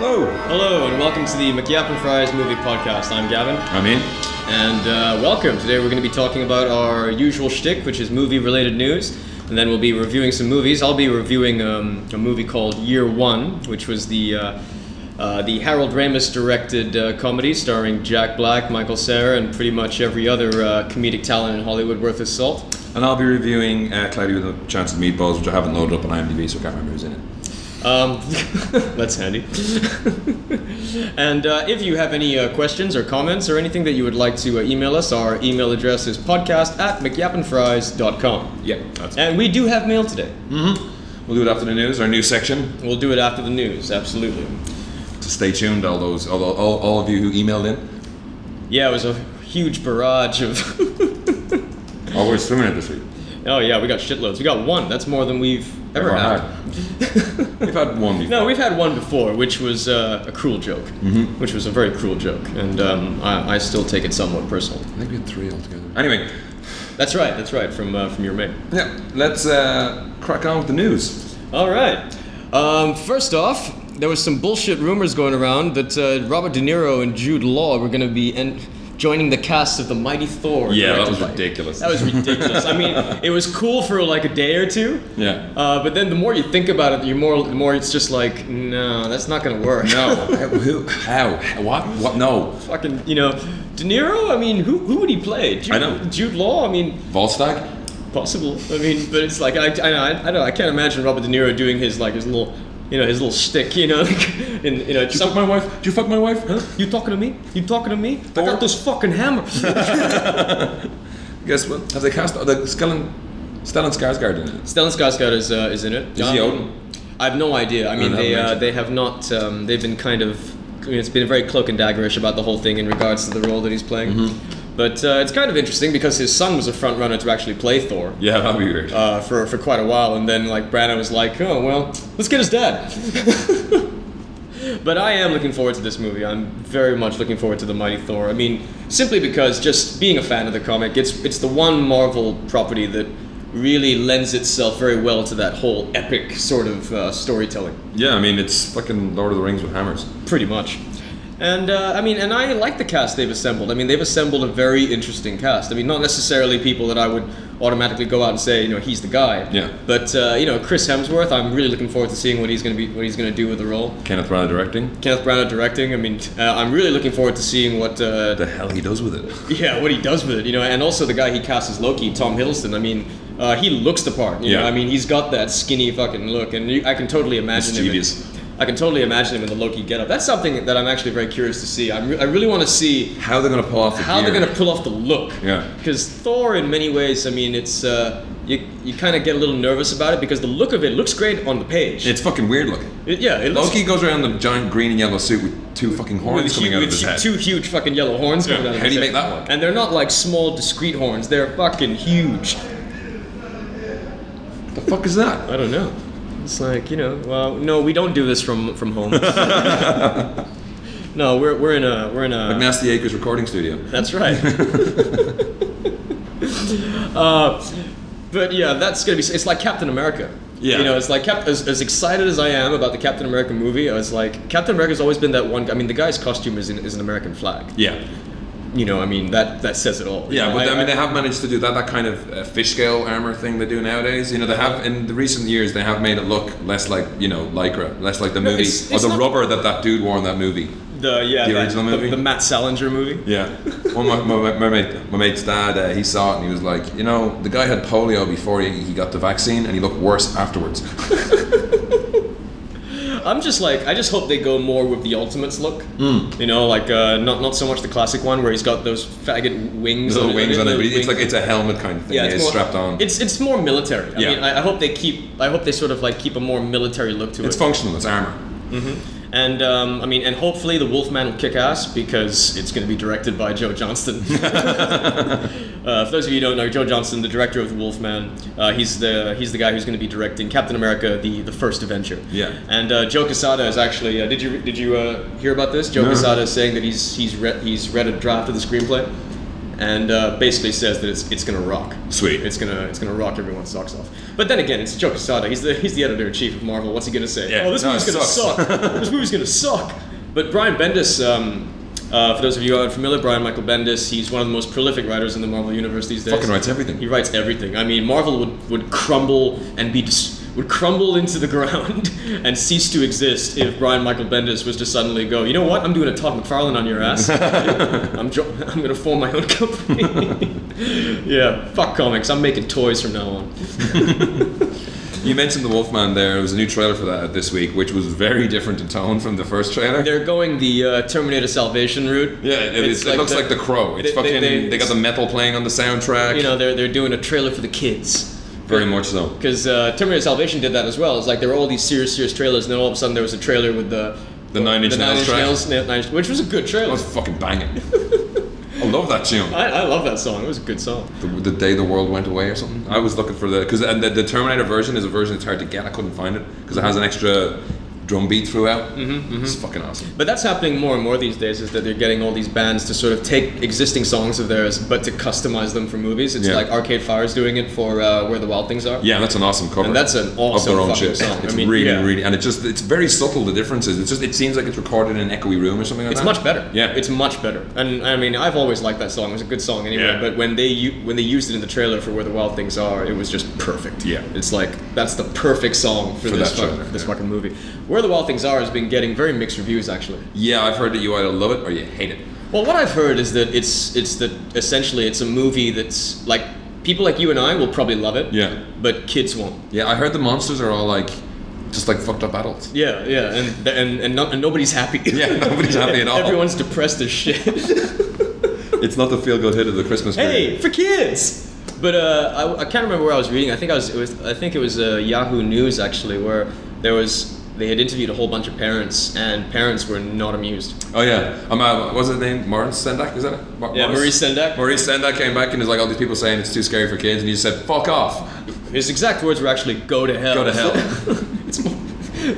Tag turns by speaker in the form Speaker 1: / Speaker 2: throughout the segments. Speaker 1: Hello and welcome to the McYap Fries Movie Podcast. I'm Gavin,
Speaker 2: I'm in.
Speaker 1: and uh, welcome. Today we're going to be talking about our usual shtick, which is movie-related news, and then we'll be reviewing some movies. I'll be reviewing um, a movie called Year One, which was the uh, uh, the Harold Ramis-directed uh, comedy starring Jack Black, Michael Cera, and pretty much every other uh, comedic talent in Hollywood worth his salt.
Speaker 2: And I'll be reviewing uh, Cloudy with a Chance of Meatballs, which I haven't loaded up on IMDb, so I can't remember who's in it.
Speaker 1: Um, that's handy. and uh, if you have any uh, questions or comments or anything that you would like to uh, email us, our email address is podcast at mcyappenfries.com.
Speaker 2: Yeah, that's it.
Speaker 1: And we do have mail today.
Speaker 2: We'll do it after the news, our news section.
Speaker 1: We'll do it after the news, absolutely.
Speaker 2: So stay tuned, all those, all, all, all of you who emailed in.
Speaker 1: Yeah, it was a huge barrage of.
Speaker 2: Oh, we're swimming it this week.
Speaker 1: oh, yeah, we got shitloads. We got one. That's more than we've ever
Speaker 2: Ever
Speaker 1: had.
Speaker 2: We've had one before.
Speaker 1: No, we've had one before, which was uh, a cruel joke, which was a very cruel joke, and um, I, I still take it somewhat personal.
Speaker 2: I think we had three altogether. Anyway,
Speaker 1: That's right. That's right. From uh, from your mate.
Speaker 2: yeah, let's uh, crack on with the news.
Speaker 1: All right. Um, first off, there was some bullshit rumors going around that uh, Robert De Niro and Jude Law were going to be en- joining the cast of the Mighty Thor. directed by-
Speaker 2: ridiculous.
Speaker 1: That was ridiculous. I mean, it was cool for like a day or two.
Speaker 2: yeah.
Speaker 1: Uh, but then the more you think about it, the more the more it's just like, no, that's not going to work.
Speaker 2: no, who, how, what, what, no.
Speaker 1: Fucking, you know, De Niro. I mean, who who would he play? Jude,
Speaker 2: I know.
Speaker 1: Jude Law. I mean,
Speaker 2: Volstagg?
Speaker 1: possible. I mean, but it's like I, I, I, I don't know. I can't imagine Robert De Niro doing his like his little, you know, his little shtick. You know, like, in you know,
Speaker 2: Fuck
Speaker 1: some,
Speaker 2: my wife? Do you fuck my wife? Huh?
Speaker 1: you talking to me? You talking to me? I
Speaker 2: Thor?
Speaker 1: got this fucking hammer.
Speaker 2: Guess what? Have they cast the Skellen, Stellan Skarsgård in it?
Speaker 1: Stellan Skarsgård is uh, is in it.
Speaker 2: Is he Odin?
Speaker 1: I have no idea. I mean,
Speaker 2: no,
Speaker 1: they uh,
Speaker 2: imagine.
Speaker 1: they have not. Um, they've been kind of. I mean, it's been very cloak and daggerish about the whole thing in regards to the role that he's playing.
Speaker 2: Mm-hmm.
Speaker 1: But uh, it's kind of interesting because his son was a front runner to actually play Thor.
Speaker 2: Yeah, that'd be weird.
Speaker 1: uh, for, for quite a while, and then like Brana was like, oh well, let's get his dad. but I am looking forward to this movie. I'm very much looking forward to the Mighty Thor. I mean, simply because just being a fan of the comic, it's it's the one Marvel property that really lends itself very well to that whole epic sort of uh, storytelling.
Speaker 2: yeah, I mean, it's fucking Lord of the Rings with hammers.
Speaker 1: Pretty much. And uh, I mean, and I like the cast they've assembled. I mean, they've assembled a very interesting cast. I mean, not necessarily people that I would automatically go out and say, you know, he's the guy.
Speaker 2: Yeah.
Speaker 1: But uh, you know, Chris Hemsworth, I'm really looking forward to seeing what he's going to be, what he's going to do with the role.
Speaker 2: Kenneth Branagh directing.
Speaker 1: Kenneth Branagh directing. I mean, uh, I'm really looking forward to seeing what. Uh,
Speaker 2: the hell he does with it.
Speaker 1: yeah, what he does with it, you know, and also the guy he casts as Loki, Tom Hiddleston. I mean, uh, he looks the part. You
Speaker 2: Yeah.
Speaker 1: know? I mean, he's got that skinny fucking look, and you, I can totally imagine him. In,
Speaker 2: Mischievous.
Speaker 1: I can totally imagine him in the Loki getup. That's something that I'm actually very curious to see. I'm re- I really want to see
Speaker 2: How they're gonna pull off the
Speaker 1: how they're
Speaker 2: gear.
Speaker 1: going to pull off the look.
Speaker 2: Yeah.
Speaker 1: Because Thor, in many ways, I mean, it's uh, you you kind of get a little nervous about it because the look of it looks great on the page.
Speaker 2: It's fucking weird looking.
Speaker 1: It- yeah, it looks
Speaker 2: Loki goes around in a giant green and yellow suit with two fucking horns
Speaker 1: with,
Speaker 2: coming
Speaker 1: hu-
Speaker 2: out of
Speaker 1: with
Speaker 2: his
Speaker 1: hu-
Speaker 2: head.
Speaker 1: two huge fucking yellow horns coming
Speaker 2: Yeah,
Speaker 1: out of
Speaker 2: how
Speaker 1: his
Speaker 2: do you
Speaker 1: head.
Speaker 2: make that look?
Speaker 1: And they're not like small, discreet horns. They're fucking huge.
Speaker 2: the fuck is that?
Speaker 1: I don't know. It's like you know. Well, no, we don't do this from from home. no, we're we're in a we're in a.
Speaker 2: Nasty Acres recording studio.
Speaker 1: That's right. uh, but yeah, that's gonna be. It's like Captain America.
Speaker 2: Yeah.
Speaker 1: You know, it's like Cap- as, as excited as I am about the Captain America movie, I was like, Captain America's always been that one. guy- I mean, the guy's costume is an, is an American flag.
Speaker 2: Yeah.
Speaker 1: You know, I mean that that says it all.
Speaker 2: Yeah,
Speaker 1: You know,
Speaker 2: but I, mean, they have managed to do that, that kind of uh, fish scale armor thing they do nowadays. You know, they have, in the recent years, they have made it look less like, you know, Lycra, less like the movie,
Speaker 1: it's-
Speaker 2: or
Speaker 1: it's
Speaker 2: the
Speaker 1: not-
Speaker 2: rubber that that dude wore in that movie.
Speaker 1: the yeah
Speaker 2: The
Speaker 1: that-
Speaker 2: original movie?
Speaker 1: the, Matt Salinger movie.
Speaker 2: Yeah. One of my, my, my, mate, my mate's dad, uh, he saw it and he was like, you know, the guy had polio before he, he got the vaccine and he looked worse afterwards.
Speaker 1: I'm just like, I just hope they go more with the Ultimates look.
Speaker 2: Hmm.
Speaker 1: You know, like uh, not not so much the classic one where he's got those faggot wings.
Speaker 2: Little
Speaker 1: on
Speaker 2: wings on it.
Speaker 1: little
Speaker 2: but It's
Speaker 1: wings.
Speaker 2: like it's a helmet kind of thing. Yeah, it's,
Speaker 1: more,
Speaker 2: strapped on. It's,
Speaker 1: It's it's more military. I
Speaker 2: Yeah.
Speaker 1: mean, I, I hope they keep. I hope they sort of like keep a more military look to it.
Speaker 2: functional. It's armor.
Speaker 1: And um, I mean, and hopefully the Wolfman will kick ass because it's going to be directed by Joe Johnston. uh, for those of you who don't know, Joe Johnston, the director of the Wolfman, uh, he's the he's the guy who's going to be directing Captain America: The the First Adventure.
Speaker 2: Yeah.
Speaker 1: And uh, Joe Quesada is actually. Uh, did you did you uh, hear about this? Joe
Speaker 2: No.
Speaker 1: Quesada is saying that he's he's read he's read a draft of the screenplay, and uh, basically says that it's it's going to rock.
Speaker 2: Sweet.
Speaker 1: It's gonna it's gonna rock everyone's socks off. But then again, it's Joe Quesada. He's the he's the editor in chief of Marvel. What's he gonna say?
Speaker 2: Yeah.
Speaker 1: Oh, this
Speaker 2: No,
Speaker 1: movie's
Speaker 2: it
Speaker 1: gonna
Speaker 2: sucks.
Speaker 1: suck. this movie's gonna suck. But Brian Bendis, um, uh, for those of you who aren't familiar, Brian Michael Bendis, he's one of the most prolific writers in the Marvel universe these days.
Speaker 2: Fucking writes everything.
Speaker 1: He writes everything. I mean, Marvel would, would crumble and be dis- would crumble into the ground and cease to exist if Brian Michael Bendis was to suddenly go, you know what? I'm doing a Todd McFarlane on your ass. I'm jo- I'm gonna form my own company. yeah, fuck comics. I'm making toys from now on.
Speaker 2: You mentioned the Wolfman there. There was a new trailer for that this week, which was very different in tone from the first trailer.
Speaker 1: They're going the uh, Terminator Salvation route.
Speaker 2: yeah, it,
Speaker 1: It's
Speaker 2: is,
Speaker 1: like
Speaker 2: it looks
Speaker 1: the-
Speaker 2: like The Crow. It's
Speaker 1: they-
Speaker 2: fucking.
Speaker 1: they-
Speaker 2: They,
Speaker 1: they-
Speaker 2: got the metal playing on the soundtrack.
Speaker 1: You know, they're they're doing a trailer for the kids.
Speaker 2: very much so.
Speaker 1: Because uh, Terminator Salvation did that as well. It's like there were all these serious, serious trailers, and then all of a sudden there was a trailer with the
Speaker 2: The Nine Inch
Speaker 1: the
Speaker 2: Nails track.
Speaker 1: Nine- Nine Inch- which was a good
Speaker 2: That
Speaker 1: trailer.
Speaker 2: was fucking banging. I love that tune.
Speaker 1: I, I love that song. It was a good song.
Speaker 2: The, the day the world went away or something. I was looking for the because and the, the Terminator version is a version that's hard to get. I couldn't find it because it has an extra drum beat throughout. Mm-hmm, It's fucking awesome.
Speaker 1: But that's happening more and more these days. Is that they're getting all these bands to sort of take existing songs of theirs, but to customize them for movies. It's
Speaker 2: Yeah.
Speaker 1: like Arcade Fire's doing it for uh, Where the Wild Things Are.
Speaker 2: Yeah, that's an awesome cover.
Speaker 1: And that's an awesome fucking song. I
Speaker 2: It's
Speaker 1: mean,
Speaker 2: really,
Speaker 1: yeah.
Speaker 2: really, and it just it's very subtle the differences. It's just it seems like it's recorded in an echoey room or something like
Speaker 1: It's
Speaker 2: that.
Speaker 1: much better.
Speaker 2: Uh-huh. Yeah,
Speaker 1: it's much better. And I mean, I've always liked that song. It was a good song anyway.
Speaker 2: Yeah.
Speaker 1: But when they u- when they used it in the trailer for Where the Wild Things Are, it was just perfect.
Speaker 2: Yeah.
Speaker 1: it's like that's the perfect song for,
Speaker 2: For
Speaker 1: this
Speaker 2: that
Speaker 1: fuck-
Speaker 2: trailer,
Speaker 1: this
Speaker 2: yeah.
Speaker 1: fucking movie. Where the Wild Things Are has been getting very mixed reviews actually.
Speaker 2: yeah. I've heard that you either love it or you hate it.
Speaker 1: Well, what I've heard is that it's it's that essentially it's a movie that's like people like you and I will probably love it.
Speaker 2: Yeah.
Speaker 1: but kids won't.
Speaker 2: Yeah, I heard the monsters are all like just like fucked up adults.
Speaker 1: Yeah, yeah, and and and, no, and nobody's happy.
Speaker 2: Yeah, nobody's happy at all.
Speaker 1: Everyone's depressed as shit.
Speaker 2: It's not the feel good hit of the Christmas
Speaker 1: hey
Speaker 2: period.
Speaker 1: for kids but uh, I, I can't remember where i was reading i think i was, it was i think it was uh, yahoo news actually where there was they had interviewed a whole bunch of parents and parents were not amused
Speaker 2: Oh yeah, um, uh, what's his name? Martin Sendak, is that it? Mar-
Speaker 1: yeah maurice sendak
Speaker 2: Maurice Sendak came back and is like all these people saying it's too scary for kids, and he said fuck off.
Speaker 1: his exact words were actually go to hell
Speaker 2: Go to hell.
Speaker 1: it's more,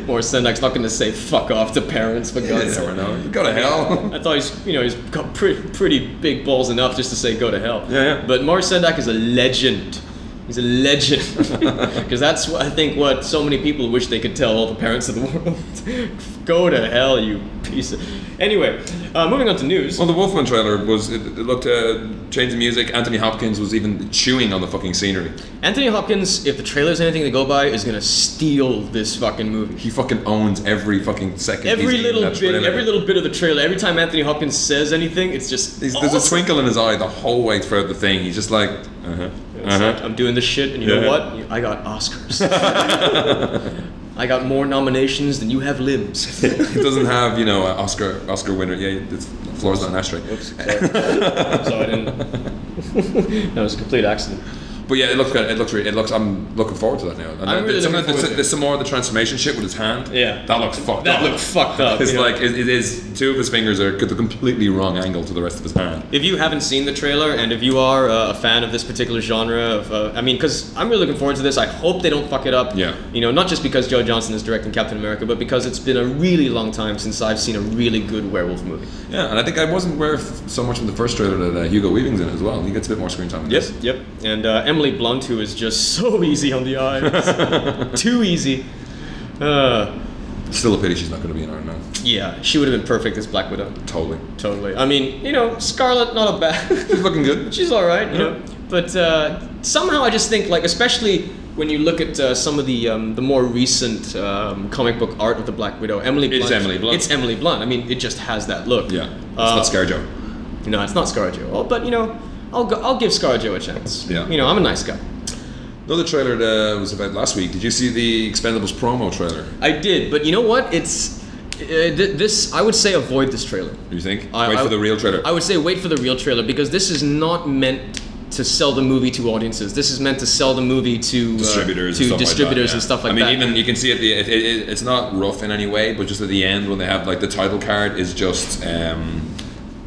Speaker 1: maurice sendak's not going to say fuck off to parents for
Speaker 2: You
Speaker 1: god's
Speaker 2: never
Speaker 1: sake
Speaker 2: know. Go to hell.
Speaker 1: I thought he's, you know, he's got pretty, pretty big balls enough just to say go to hell.
Speaker 2: Yeah, yeah.
Speaker 1: But Mars Sendak is a legend. He's a legend because that's what I think what so many people wish they could tell all the parents of the world. go to hell, you piece of. Anyway, uh, moving on to news.
Speaker 2: Well, the Wolfman trailer was it, it looked uh, changed the music. Anthony Hopkins was even chewing on the fucking scenery.
Speaker 1: Anthony Hopkins, if the trailer's anything to go by, is gonna steal this fucking movie.
Speaker 2: He fucking owns every fucking second.
Speaker 1: Every
Speaker 2: he's in
Speaker 1: little
Speaker 2: that
Speaker 1: bit,
Speaker 2: trailer.
Speaker 1: every little bit of the trailer. Every time Anthony Hopkins says anything, it's just
Speaker 2: He's, there's a
Speaker 1: awesome.
Speaker 2: twinkle in his eye the whole way throughout the thing. He's just like, uh huh,
Speaker 1: It's
Speaker 2: uh
Speaker 1: like,
Speaker 2: huh.
Speaker 1: I'm doing this shit, and you know
Speaker 2: Yeah.
Speaker 1: what? I got Oscars. I got more nominations than you have limbs.
Speaker 2: He doesn't have, you know, an Oscar Oscar winner. Yeah, it's, the floor's not an ashtray.
Speaker 1: so I didn't. that was a complete accident.
Speaker 2: But yeah, it looks good. It looks really. It looks. I'm looking forward to that now. And
Speaker 1: I'm
Speaker 2: then
Speaker 1: really
Speaker 2: some of
Speaker 1: looking
Speaker 2: the-
Speaker 1: forward to it.
Speaker 2: There's some more of the transformation shit with his hand.
Speaker 1: Yeah.
Speaker 2: that looks fucked
Speaker 1: That
Speaker 2: up.
Speaker 1: looked fucked up.
Speaker 2: It's
Speaker 1: yeah.
Speaker 2: like it, it is. Two of his fingers are at the completely wrong angle to the rest of his hand.
Speaker 1: If you haven't seen the trailer, and if you are uh, a fan of this particular genre, of uh, I mean, because I'm really looking forward to this. I hope they don't fuck it up.
Speaker 2: Yeah.
Speaker 1: You know, not just because Joe Johnson is directing Captain America, but because it's been a really long time since I've seen a really good werewolf movie.
Speaker 2: Yeah, and I think I wasn't aware of so much in the first trailer that uh, Hugo Weaving's in as well. He gets a bit more screen time. in this.
Speaker 1: Yep. And uh, Emily Blunt, who is just so easy on the eyes, too easy. Uh,
Speaker 2: Still a pity she's not going to be in Iron Man.
Speaker 1: yeah, she would have been perfect as Black Widow.
Speaker 2: Totally.
Speaker 1: Totally. I mean, you know, Scarlet, not a bad.
Speaker 2: She's looking good.
Speaker 1: She's all right, you know.
Speaker 2: Yeah.
Speaker 1: But uh, somehow I just think, like, especially when you look at uh, some of the um, the more recent um, comic book art of the Black Widow, Emily
Speaker 2: It's
Speaker 1: Blunt.
Speaker 2: Emily Blunt.
Speaker 1: It's Emily Blunt. I mean, it just has that look.
Speaker 2: Yeah, it's
Speaker 1: Uh,
Speaker 2: not ScarJo.
Speaker 1: No, it's not ScarJo. Oh, but you know, I'll go, I'll give ScarJo a chance.
Speaker 2: Yeah.
Speaker 1: You know, I'm a nice guy.
Speaker 2: Another trailer that uh, was about last week. Did you see the Expendables promo trailer?
Speaker 1: I did, but you know what? It's uh, th- this. I would say avoid this trailer.
Speaker 2: Do you think?
Speaker 1: I-
Speaker 2: Wait
Speaker 1: I-
Speaker 2: for the real trailer.
Speaker 1: I would say wait for the real trailer because this is not meant to sell the movie to audiences. This is meant to sell the movie to uh,
Speaker 2: distributors
Speaker 1: to
Speaker 2: and stuff
Speaker 1: distributors
Speaker 2: like that, yeah.
Speaker 1: and stuff like
Speaker 2: I mean,
Speaker 1: that.
Speaker 2: even you can see at the it, it, it- it's not rough in any way, but just at the end when they have like the title card is just um,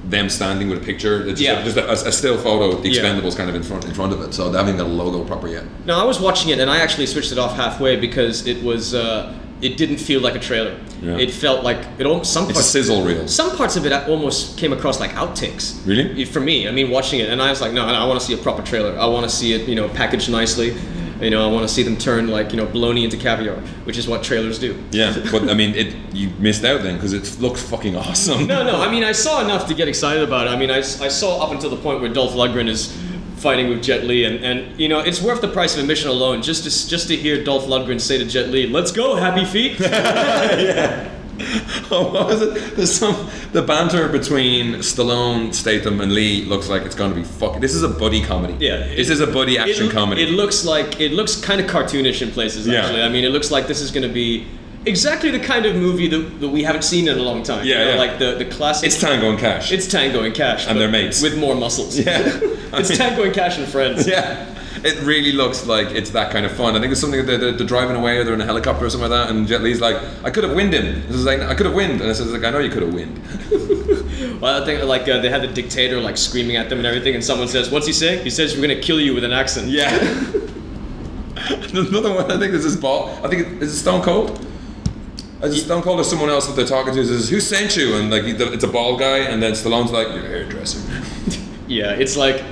Speaker 2: them standing with a picture, it's just,
Speaker 1: Yeah.
Speaker 2: just a, a still photo of the
Speaker 1: Yeah.
Speaker 2: Expendables kind of in front in front of it. So they haven't got a logo proper yet.
Speaker 1: no, I was watching it and I actually switched it off halfway because it was uh, it didn't feel like a trailer.
Speaker 2: Yeah.
Speaker 1: It felt like it almost some
Speaker 2: It's a
Speaker 1: parts
Speaker 2: sizzle reel.
Speaker 1: some parts of it almost came across like outtakes.
Speaker 2: Really?
Speaker 1: It- For me, I mean, watching it and I was like, no, I want to see a proper trailer. I want to see it, you know, packaged nicely. You know, I want to see them turn like you know bologna into caviar, which is what trailers do.
Speaker 2: Yeah, but I mean, it you missed out then because it looks fucking awesome.
Speaker 1: No, no. I mean, I saw enough to get excited about it. I mean, I, I saw up until the point where Dolph Lundgren is fighting with Jet Li, and, and you know, it's worth the price of admission alone just to just to hear Dolph Lundgren say to Jet Li, "Let's go, Happy Feet."
Speaker 2: yeah. Oh, what was it? There's some the banter between Stallone, Statham, and Lee looks like it's going to be fuck. This is a buddy comedy.
Speaker 1: Yeah.
Speaker 2: This is a buddy action
Speaker 1: it,
Speaker 2: comedy.
Speaker 1: It looks like it looks kind of cartoonish in places.
Speaker 2: Yeah.
Speaker 1: Actually, I mean, it looks like this is going to be exactly the kind of movie that, that we haven't seen in a long time.
Speaker 2: Yeah,
Speaker 1: you know,
Speaker 2: yeah.
Speaker 1: like the the classic.
Speaker 2: it's Tango and Cash.
Speaker 1: it's Tango and Cash,
Speaker 2: And
Speaker 1: but
Speaker 2: their mates.
Speaker 1: with more muscles.
Speaker 2: Yeah. I
Speaker 1: it's
Speaker 2: mean-
Speaker 1: Tango and Cash and friends.
Speaker 2: yeah. It really looks like it's that kind of fun. I think it's something that they're, they're driving away or they're in a helicopter or something like that, and Jet Li's like, I could have wind him. This is like, I could have wind. And I says, like, I know you could have wind.
Speaker 1: Well, I think like uh, they had the dictator like screaming at them and everything, and someone says, "What's he say?" He says, "We're gonna kill you with an accent."
Speaker 2: Yeah. There's another one. I think this is Ball. I think it- is it Stone Cold. Is it Stone Cold or someone else that they're talking to says, "Who sent you?" And like it's a bald guy, and then Stallone's like, "Your hairdresser."
Speaker 1: Yeah, it's like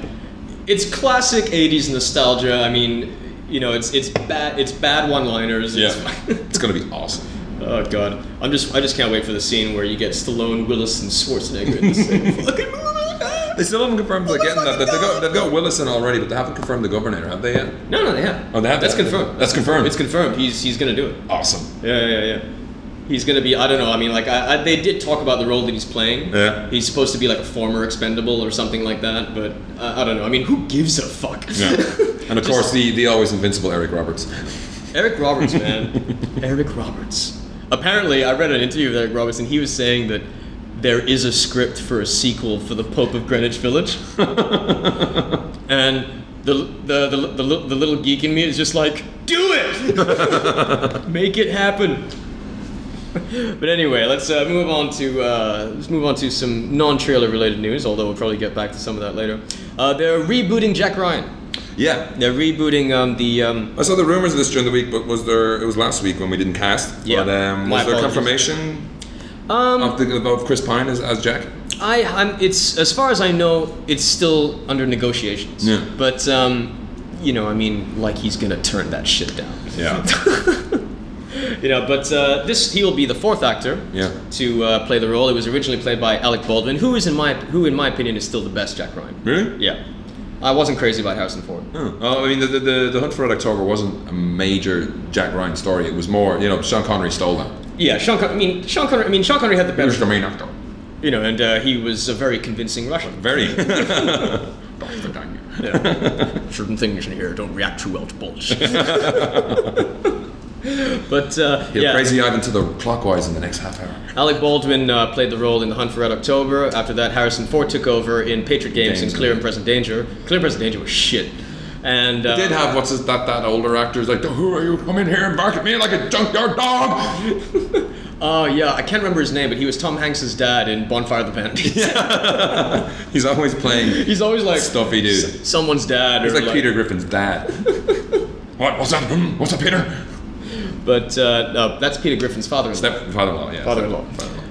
Speaker 1: it's classic '80s nostalgia. I mean, you know, it's it's bad it's bad one-liners. It's-
Speaker 2: it's gonna be awesome.
Speaker 1: oh god, I'm just I just can't wait for the scene where you get Stallone, Willis, and Schwarzenegger in the same fucking movie.
Speaker 2: They still haven't confirmed they're getting that. They've got, they've got Willison already, but they haven't confirmed the governor, have they yet?
Speaker 1: No, no, they have.
Speaker 2: Oh, they have
Speaker 1: That's
Speaker 2: that.
Speaker 1: confirmed.
Speaker 2: That's confirmed.
Speaker 1: It's confirmed. He's he's gonna do it.
Speaker 2: awesome.
Speaker 1: Yeah, yeah, yeah. He's gonna be. I don't know. I mean, like, I, I, they did talk about the role that he's playing.
Speaker 2: Yeah.
Speaker 1: He's supposed to be like a former expendable or something like that. But I, I don't know. I mean, who gives a fuck?
Speaker 2: Yeah. And of
Speaker 1: Just-
Speaker 2: course, the, the always invincible Eric Roberts.
Speaker 1: Eric Roberts, man. Eric Roberts. Apparently, I read an interview with Eric Roberts, and he was saying that there is a script for a sequel for the Pope of Greenwich Village. and the the, the, the, li- the little geek in me is just like, do it! Make it happen. But anyway, let's uh, move on to uh, let's move on to some non-trailer related news. Although we'll probably get back to some of that later. Uh, they're rebooting Jack Ryan.
Speaker 2: Yeah.
Speaker 1: They're rebooting um, the um,
Speaker 2: I saw the rumors of this during the week, but was there? It was last week when we didn't cast.
Speaker 1: Yeah.
Speaker 2: But, um,
Speaker 1: My
Speaker 2: was there
Speaker 1: apologies.
Speaker 2: confirmation
Speaker 1: um,
Speaker 2: of, the, of Chris Pine as, as Jack?
Speaker 1: I, I'm, it's as far as I know, it's still under negotiations.
Speaker 2: Yeah.
Speaker 1: But um, you know, I mean, like he's gonna turn that shit down.
Speaker 2: Yeah.
Speaker 1: You know, but uh, this he will be the fourth actor.
Speaker 2: Yeah.
Speaker 1: To uh, play the role, it was originally played by Alec Baldwin, who is in my who in my opinion is still the best Jack Ryan.
Speaker 2: really?
Speaker 1: Yeah. I wasn't crazy about Harrison Ford.
Speaker 2: Oh, well, I mean, the, the, the, the Hunt for Red October wasn't a major Jack Ryan story. It was more, you know, Sean Connery stole that.
Speaker 1: Yeah, Sean. Con- I mean, Sean Connery. I mean, Sean Connery had the
Speaker 2: He was
Speaker 1: better.
Speaker 2: the main actor.
Speaker 1: You know, and uh, he was a very convincing Russian.
Speaker 2: Very. Dr. Daniel.
Speaker 1: Certain things in here don't react too well to bullets. but uh,
Speaker 2: He'll
Speaker 1: yeah.
Speaker 2: crazy Ivan to the clockwise in the next half hour.
Speaker 1: Alec Baldwin uh, played the role in The Hunt for Red October. After that, Harrison Ford took over in Patriot Games
Speaker 2: Games,
Speaker 1: and Clear and Present Danger. Clear and Present Danger was shit. And uh,
Speaker 2: Did have what's his, that that older actor's like, who are you? Come in here and bark at me like a junkyard dog.
Speaker 1: Oh yeah, I can't remember his name, but he was Tom Hanks' dad in Bonfire of the Bandits.
Speaker 2: He's always playing
Speaker 1: He's always like
Speaker 2: stuffy dude. He's
Speaker 1: someone's dad or
Speaker 2: like, Peter Griffin's dad. what? What's that? Hmm, What's up, Peter?
Speaker 1: But uh, no, that's Peter Griffin's father-in-law.
Speaker 2: Stepfather-in-law. Yeah.
Speaker 1: father-in-law.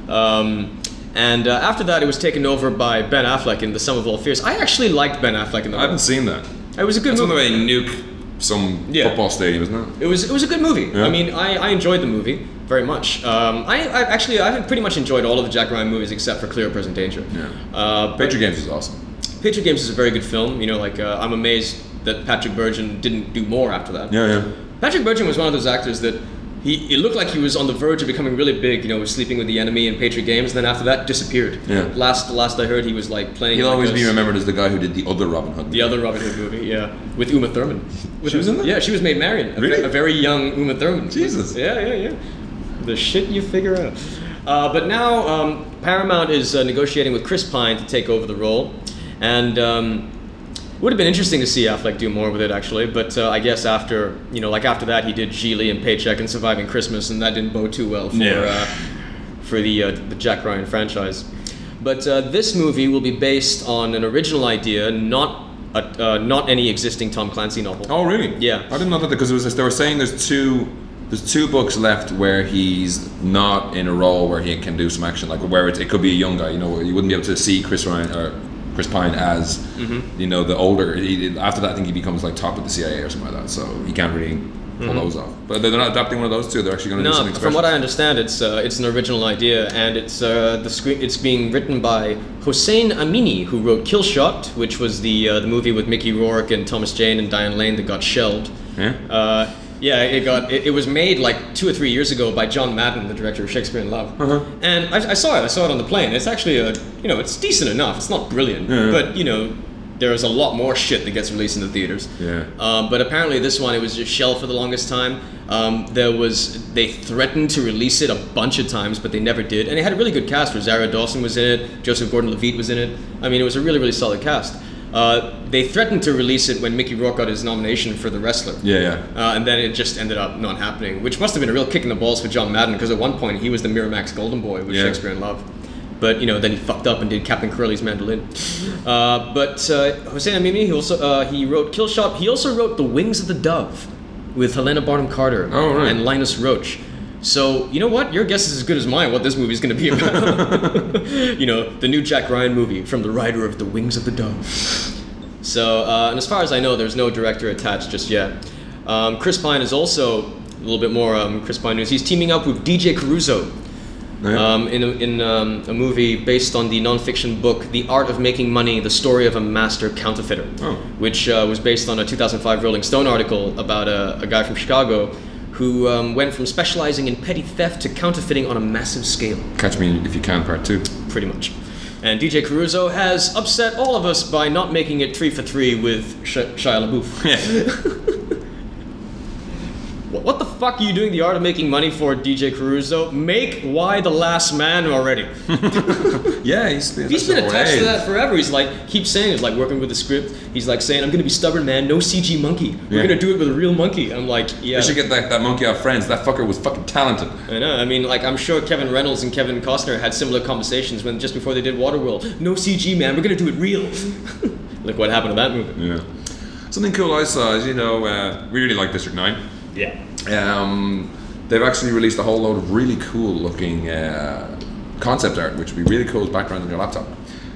Speaker 1: Um, and uh, after that, it was taken over by Ben Affleck in The Sum of All Fears. I actually liked Ben Affleck in the
Speaker 2: I haven't
Speaker 1: role.
Speaker 2: seen that.
Speaker 1: It was a good
Speaker 2: It's on the
Speaker 1: movie.
Speaker 2: way nuke some
Speaker 1: Yeah.
Speaker 2: football stadium, isn't it?
Speaker 1: It was it was a good movie.
Speaker 2: Yeah.
Speaker 1: I mean, I, I enjoyed the movie very much. Um, I, I actually I've pretty much enjoyed all of the Jack Ryan movies except for Clear Present Danger.
Speaker 2: Yeah.
Speaker 1: Uh, but
Speaker 2: Patriot Games is awesome.
Speaker 1: Patriot Games is a very good film. You know, like uh, I'm amazed that Patrick Bergin didn't do more after that.
Speaker 2: Yeah, yeah.
Speaker 1: Patrick Bergin was one of those actors that he it looked like he was on the verge of becoming really big. You know, was sleeping with the enemy in Patriot Games, and then after that disappeared.
Speaker 2: Yeah.
Speaker 1: Last last I heard, he was like playing.
Speaker 2: He'll
Speaker 1: like,
Speaker 2: always
Speaker 1: a-
Speaker 2: be remembered as the guy who did the other Robin Hood.
Speaker 1: The other Robin Hood movie, yeah, with Uma Thurman. With
Speaker 2: She was in that?
Speaker 1: Yeah, she was made Marion. a ve-
Speaker 2: Really?
Speaker 1: A, very young Uma Thurman.
Speaker 2: Jesus.
Speaker 1: Yeah, yeah, yeah. The shit you figure out. Uh, but now um, Paramount is uh, negotiating with Chris Pine to take over the role, and um, it would have been interesting to see Affleck do more with it actually. But uh, I guess after you know, like after that, he did Geely and Paycheck and Surviving Christmas, and that didn't bode too well for
Speaker 2: Yeah.
Speaker 1: uh, for the uh, the Jack Ryan franchise. But uh, this movie will be based on an original idea, not a, uh, not any existing Tom Clancy novel.
Speaker 2: Oh, really?
Speaker 1: Yeah.
Speaker 2: I didn't know that because it was they were saying there's two there's two books left where he's not in a role where he can do some action like where it, it could be a young guy. You know, you wouldn't be able to see Chris Ryan or Chris Pine as
Speaker 1: Mm-hmm.
Speaker 2: you know the older. He, after that, I think he becomes like top of the CIA or something like that. So he can't really pull those off. But they're not adapting one of those two. They're actually going to do
Speaker 1: Mm-hmm. No,
Speaker 2: something
Speaker 1: from
Speaker 2: special.
Speaker 1: what I understand, it's uh, it's an original idea, and it's uh, the screen. It's being written by Hossein Amini, who wrote Kill Shot, which was the uh, the movie with Mickey Rourke and Thomas Jane and Diane Lane that got shelled.
Speaker 2: yeah.
Speaker 1: Uh, yeah, it got it, it was made like two or three years ago by John Madden, the director of Shakespeare in Love.
Speaker 2: Uh-huh.
Speaker 1: And I, I saw it. I saw it on the plane. It's actually a you know it's decent enough. It's not brilliant,
Speaker 2: Yeah.
Speaker 1: but you know there is a lot more shit that gets released in the theaters.
Speaker 2: Yeah.
Speaker 1: Um, but apparently this one it was just shell for the longest time. Um, there was they threatened to release it a bunch of times, but they never did. And it had a really good cast. Rosario Dawson was in it. Joseph Gordon-Levitt was in it. I mean, it was a really really solid cast. Uh, they threatened to release it when Mickey Rourke got his nomination for The Wrestler.
Speaker 2: yeah, yeah.
Speaker 1: Uh, and then it just ended up not happening, which must have been a real kick in the balls for John Madden because at one point he was the Miramax Golden Boy with
Speaker 2: Yeah.
Speaker 1: Shakespeare in Love. But you know, then he fucked up and did Captain Curly's mandolin. Uh, but uh, Hossein Amini, he also uh, he wrote Kill Shot. He also wrote The Wings of the Dove with Helena Bonham Carter
Speaker 2: Oh, right.
Speaker 1: and Linus Roach. So you know what? Your guess is as good as mine. What this movie is going to be about? you know, the new Jack Ryan movie from the writer of The Wings of the Dove. So, uh, and as far as I know, there's no director attached just yet. Um, Chris Pine is also a little bit more um, Chris Pine news. He's teaming up with DJ Caruso
Speaker 2: Yeah.
Speaker 1: um, in, a, in um, a movie based on the nonfiction book *The Art of Making Money: The Story of a Master Counterfeiter*,
Speaker 2: Oh.
Speaker 1: which uh, was based on a 2005 Rolling Stone article about a, a guy from Chicago who um, went from specializing in petty theft to counterfeiting on a massive scale
Speaker 2: Catch me if you can, part two.
Speaker 1: pretty much. And DJ Caruso has upset all of us by not making it three for three with Sh- Shia LaBeouf. Wha- What the fuck are you doing the art of making money for, DJ Caruso? Make Why the Last Man already.
Speaker 2: yeah, he's,
Speaker 1: He's been
Speaker 2: that's the
Speaker 1: attached to
Speaker 2: way.
Speaker 1: that forever. He's like, keep saying, it's like working with the script. He's like saying, I'm gonna be stubborn, man. No CG monkey. We're
Speaker 2: Yeah.
Speaker 1: gonna do it with a real monkey. I'm like, yeah.
Speaker 2: They should get that, that monkey off Friends. That fucker was fucking talented.
Speaker 1: I know. I mean, like, I'm sure Kevin Reynolds and Kevin Costner had similar conversations when just before they did Waterworld. No CG, man. We're gonna do it real. Look what happened to that movie.
Speaker 2: Yeah. Something cool I saw is, you know, uh, we really like District 9.
Speaker 1: Yeah.
Speaker 2: Um, they've actually released a whole load of really cool looking uh, concept art, which would be really cool as background on your laptop.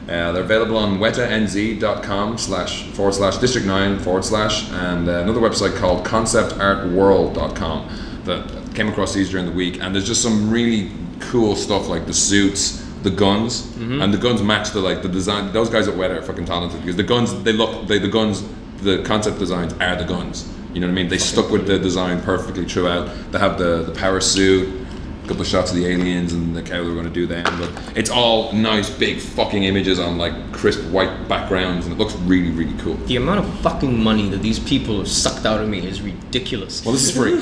Speaker 2: Uh, they're available on wetanz.com slash forward slash district 9 forward slash and uh, another website called conceptartworld.com that came across these during the week and there's just some really cool stuff like the suits the guns and the guns match the like the design those guys at Weta are fucking talented because the guns they look they, the guns the concept designs are the guns you know what I mean they stuck with the design perfectly throughout they have the, the power suit a couple of shots of the aliens and like how they were going to do that. And look, it's all nice, big fucking images on like crisp white backgrounds, and it looks really, really cool.
Speaker 1: The amount of fucking money that these people have sucked out of me is ridiculous.
Speaker 2: Well, this is free.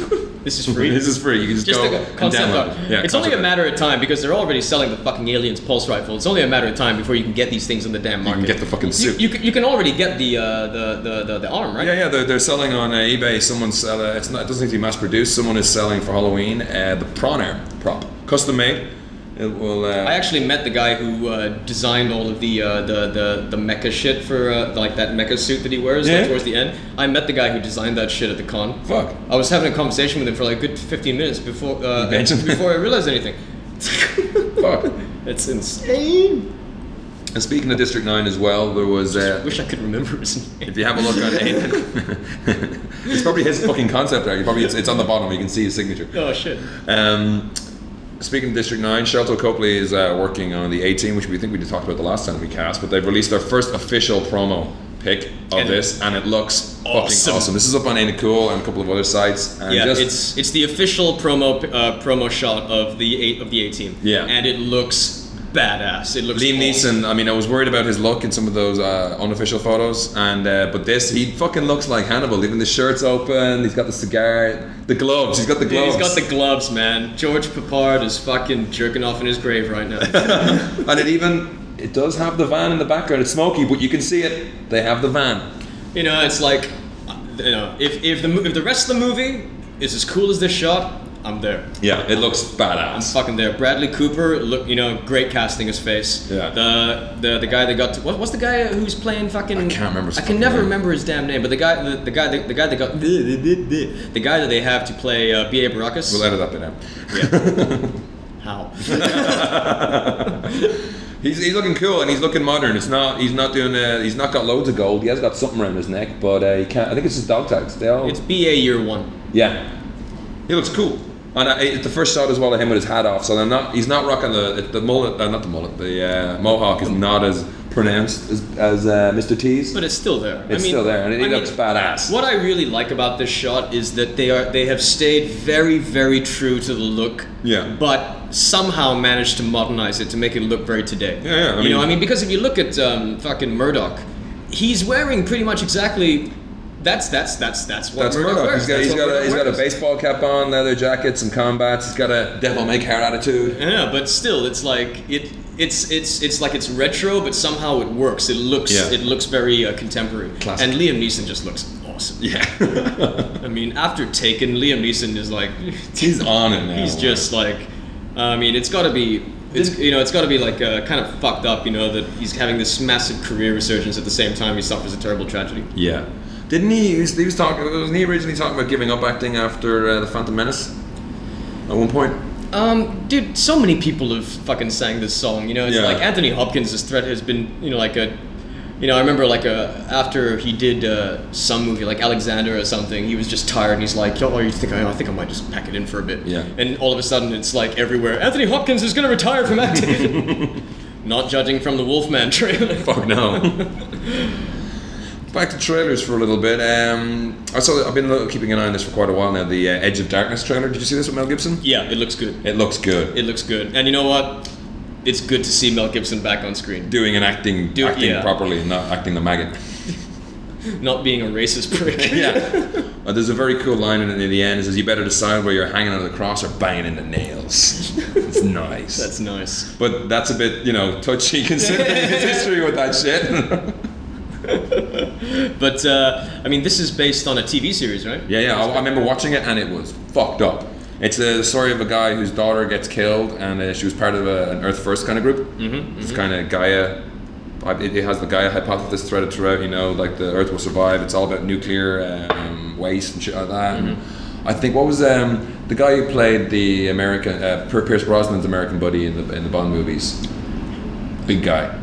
Speaker 1: this is free.
Speaker 2: this is free. You can just,
Speaker 1: just
Speaker 2: go
Speaker 1: the
Speaker 2: and
Speaker 1: concept
Speaker 2: download.
Speaker 1: art.
Speaker 2: it. Yeah,
Speaker 1: it's only a
Speaker 2: concept art.
Speaker 1: matter of time because they're already selling the fucking aliens pulse rifle. It's only a matter of time before you can get these things in the damn
Speaker 2: You
Speaker 1: market.
Speaker 2: can get the fucking
Speaker 1: You,
Speaker 2: suit.
Speaker 1: you, can- you can already get the, uh, the, the, the the arm, right?
Speaker 2: yeah, yeah, they're, they're selling on uh, eBay. Someone's selling. It's not. It doesn't need to be mass produced. Someone is selling for Halloween uh, the Proner prop, custom made. It will. Uh,
Speaker 1: I actually met the guy who uh, designed all of the, uh, the the the mecha shit for uh, like that mecha suit that he wears like,
Speaker 2: Yeah.
Speaker 1: towards the end. I met the guy who designed that shit at the con.
Speaker 2: fuck.
Speaker 1: I was having a conversation with him for like a good 15 minutes before uh,
Speaker 2: Imagine.
Speaker 1: before I realized anything.
Speaker 2: Fuck.
Speaker 1: It's insane.
Speaker 2: And speaking of District Nine as well, there was. Uh,
Speaker 1: Wish I could remember his name.
Speaker 2: If you have a look on it, it's probably his fucking concept art. You probably it's, it's on the bottom. You can see his signature.
Speaker 1: Oh shit.
Speaker 2: Um, speaking of District Nine, Shelto Copley is uh, working on the 18, which we think we just talked about the last time we cast. But they've released their first official promo pic of
Speaker 1: And-
Speaker 2: this, and it looks
Speaker 1: Awesome.
Speaker 2: fucking awesome. This is up on Ain't It Cool and a couple of other sites. And
Speaker 1: Yeah,
Speaker 2: just,
Speaker 1: it's it's the official promo uh, promo shot of the eight of the A team.
Speaker 2: Yeah.
Speaker 1: and it looks badass. It looks
Speaker 2: Liam
Speaker 1: awesome.
Speaker 2: Neeson. I mean, I was worried about his look in some of those uh, unofficial photos, and uh, but this, he fucking looks like Hannibal. Even the shirt's open. He's got the cigar, the gloves. He's got the gloves.
Speaker 1: He's got the gloves, man. George Papard is fucking jerking off in his grave right now.
Speaker 2: and it even it does have the van in the background. It's smoky, but you can see it. They have the van.
Speaker 1: You know, it's like, uh, you know, if, if the mo- if the rest of the movie is as cool as this shot, I'm there.
Speaker 2: Yeah, it looks
Speaker 1: I'm
Speaker 2: badass.
Speaker 1: fucking there. Bradley Cooper, look, you know, great casting his face.
Speaker 2: Yeah.
Speaker 1: The the, the guy that got to, what, what's the guy who's playing fucking?
Speaker 2: I can't remember his
Speaker 1: I can
Speaker 2: fucking
Speaker 1: never
Speaker 2: name.
Speaker 1: remember his damn name. But the guy the, the guy the, the guy that got the guy that they have to play uh, B.A. Baracus.
Speaker 2: We'll edit that bit out.
Speaker 1: How?
Speaker 2: He's, he's looking cool and he's looking modern. It's not he's not doing uh, he's not got loads of gold. He has got something around his neck, but uh, he can't. I think it's his dog tags. They all
Speaker 1: It's BA year one.
Speaker 2: yeah. He looks cool. And I, it- the first shot as well of him with his hat off. So they're not he's not rocking the the mullet. Uh, not the mullet. The uh, mohawk is not as pronounced as, as uh, Mr. T's.
Speaker 1: But it's still there.
Speaker 2: It's still there, and it looks badass.
Speaker 1: What I really like about this shot is that they are they have stayed very, very true to the look.
Speaker 2: Yeah.
Speaker 1: But somehow managed to modernize it to make it look very today.
Speaker 2: Yeah, yeah, I
Speaker 1: you know,
Speaker 2: mean-
Speaker 1: I mean, because if you look at um, fucking Murdoch, he's wearing pretty much exactly. That's that's that's that's what
Speaker 2: That's
Speaker 1: Murdoch
Speaker 2: Murdoch.
Speaker 1: wears.
Speaker 2: He's got,
Speaker 1: That's
Speaker 2: he's,
Speaker 1: what
Speaker 2: got a,
Speaker 1: Murdoch
Speaker 2: he's got a
Speaker 1: wears.
Speaker 2: baseball cap on, leather jacket, some combats. He's got a devil may care attitude.
Speaker 1: Yeah, but still, it's like it. It's it's it's like it's retro, but somehow it works. It looks
Speaker 2: Yeah.
Speaker 1: it looks very uh, contemporary.
Speaker 2: Classic.
Speaker 1: And Liam Neeson just looks awesome.
Speaker 2: Yeah,
Speaker 1: I mean, after Taken, Liam Neeson is like
Speaker 2: he's on it now.
Speaker 1: he's just like. I mean, it's got to be. It's, you know, it's got to be like uh, kind of fucked up. You know that he's having this massive career resurgence at the same time he suffers a terrible tragedy.
Speaker 2: yeah. Didn't he? Use, he was talking. Wasn't he originally talking about giving up acting after uh, the Phantom Menace? At one point.
Speaker 1: Um, dude, so many people have fucking sang this song. You know, it's
Speaker 2: Yeah.
Speaker 1: like Anthony Hopkins' threat has been, you know, like a, you know, I remember like a after he did uh, some movie like Alexander or something, he was just tired and he's like, oh, you think I, I think I might just pack it in for a bit.
Speaker 2: Yeah.
Speaker 1: And all of a sudden, it's like everywhere. Anthony Hopkins is gonna retire from acting. Not judging from the Wolfman trailer.
Speaker 2: Fuck no. Back to trailers for a little bit. Um, I saw. I've been lo- keeping an eye on this for quite a while now. The uh, Edge of Darkness trailer. Did you see this with Mel Gibson?
Speaker 1: yeah, it looks good.
Speaker 2: It looks good.
Speaker 1: It looks good. And you know what? It's good to see Mel Gibson back on screen,
Speaker 2: Doing an acting,
Speaker 1: Do-
Speaker 2: acting
Speaker 1: yeah.
Speaker 2: properly, not acting the maggot.
Speaker 1: not being a racist prick.
Speaker 2: yeah. Uh, there's a very cool line in it near the end. It says, "You better decide whether you're hanging on the cross or banging in the nails." it's nice.
Speaker 1: That's nice.
Speaker 2: but that's a bit, you know, touchy considering his history with that shit.
Speaker 1: But uh, I mean, this is based on a TV series, right?
Speaker 2: yeah, yeah. I, I remember watching it and it was fucked up. It's the story of a guy whose daughter gets killed, and uh, she was part of a, an Earth First kind of group. Mm-hmm, it's kind of Gaia. I- It it has the Gaia hypothesis threaded throughout. You know, like the Earth will survive. It's all about nuclear um, waste and shit like that. And I think what was um, the guy who played the American uh, Pierce Brosnan's American buddy in the in the Bond movies? Big guy.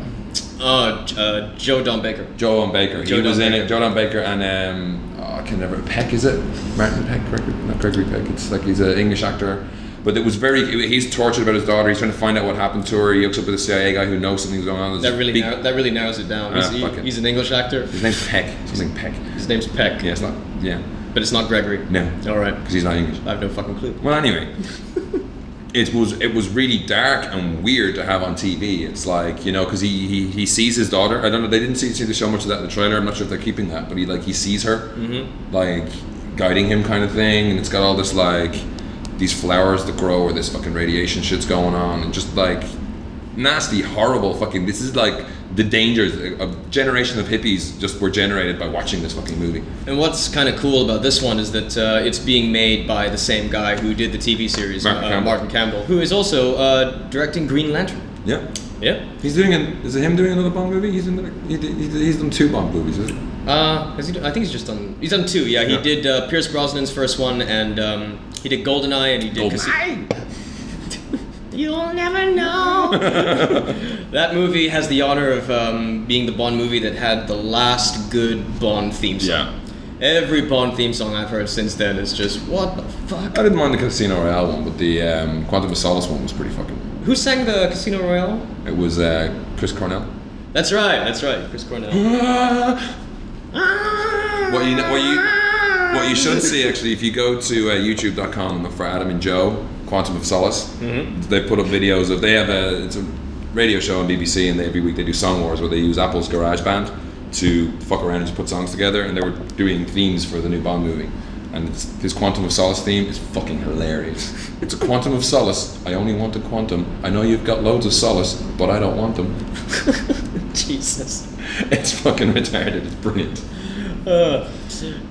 Speaker 1: Uh, J- uh, Joe Don Baker.
Speaker 2: Joe Don Baker.
Speaker 1: Joe
Speaker 2: he was
Speaker 1: Don
Speaker 2: in
Speaker 1: Baker.
Speaker 2: it. Joe Don Baker and um, oh, I can never Peck is it? Martin Peck, Gregory, not Gregory Peck. It's like he's an English actor. But it was very. He's tortured about his daughter. He's trying to find out what happened to her. He hooks up with a CIA guy who knows something's going on. There's
Speaker 1: That really
Speaker 2: big-
Speaker 1: narrow, that really narrows it down. He's,
Speaker 2: Ah,
Speaker 1: he-
Speaker 2: fuck it.
Speaker 1: he's an English actor.
Speaker 2: His name's Peck. Something Peck.
Speaker 1: His name's Peck.
Speaker 2: Yeah, it's not. Yeah,
Speaker 1: But it's not Gregory.
Speaker 2: no,
Speaker 1: All right.
Speaker 2: because he's not English.
Speaker 1: I have no fucking clue.
Speaker 2: Well, anyway, it was it was really dark and weird to have on TV. It's like you know because he, he he sees his daughter. I don't know. They didn't see, see to show much of that in the trailer. I'm not sure if they're keeping that, but he like he sees her, like guiding him kind of thing, and it's got all this like these flowers that grow or this fucking radiation shit's going on, and just like nasty, horrible fucking. This is like the dangers. A a generation of hippies just were generated by watching this fucking movie.
Speaker 1: And what's kind of cool about this one is that uh, it's being made by the same guy who did the TV series,
Speaker 2: Martin
Speaker 1: uh,
Speaker 2: Campbell.
Speaker 1: Martin Campbell, who is also uh, directing Green Lantern.
Speaker 2: Yeah.
Speaker 1: Yeah.
Speaker 2: He's doing an. Is it him doing another Bond movie? He's in. He, did- he, did- he's done two Bond movies, is it?
Speaker 1: Uh, has he done, I think he's just done. He's done two. Yeah, he
Speaker 2: Yeah.
Speaker 1: did uh, Pierce Brosnan's first one, and um, he did Goldeneye, and he
Speaker 2: Oh
Speaker 1: did. Casino- You'll never know. that movie has the honor of um, being the Bond movie that had the last good Bond theme song. Yeah. Every Bond theme song I've heard since then is just what the
Speaker 2: I
Speaker 1: fuck.
Speaker 2: didn't mind the Casino Royale one, but the um, Quantum of Solace one was pretty fucking.
Speaker 1: Who sang the Casino Royale?
Speaker 2: It was uh, Chris Cornell.
Speaker 1: That's right. That's right. Chris Cornell.
Speaker 2: what you know, what you what you should see actually if you go to uh, YouTube.com and look for Adam and Joe Quantum of Solace, they put up videos of they have a it's a radio show on BBC and they, every week they do song wars where they use Apple's Garage Band to fuck around and just put songs together and they were doing themes for the new Bond movie. And it's, his Quantum of Solace theme is fucking hilarious. It's a Quantum of Solace. I only want a quantum. I know you've got loads of solace, but I don't want them.
Speaker 1: Jesus.
Speaker 2: It's fucking retarded. It's brilliant.
Speaker 1: Uh,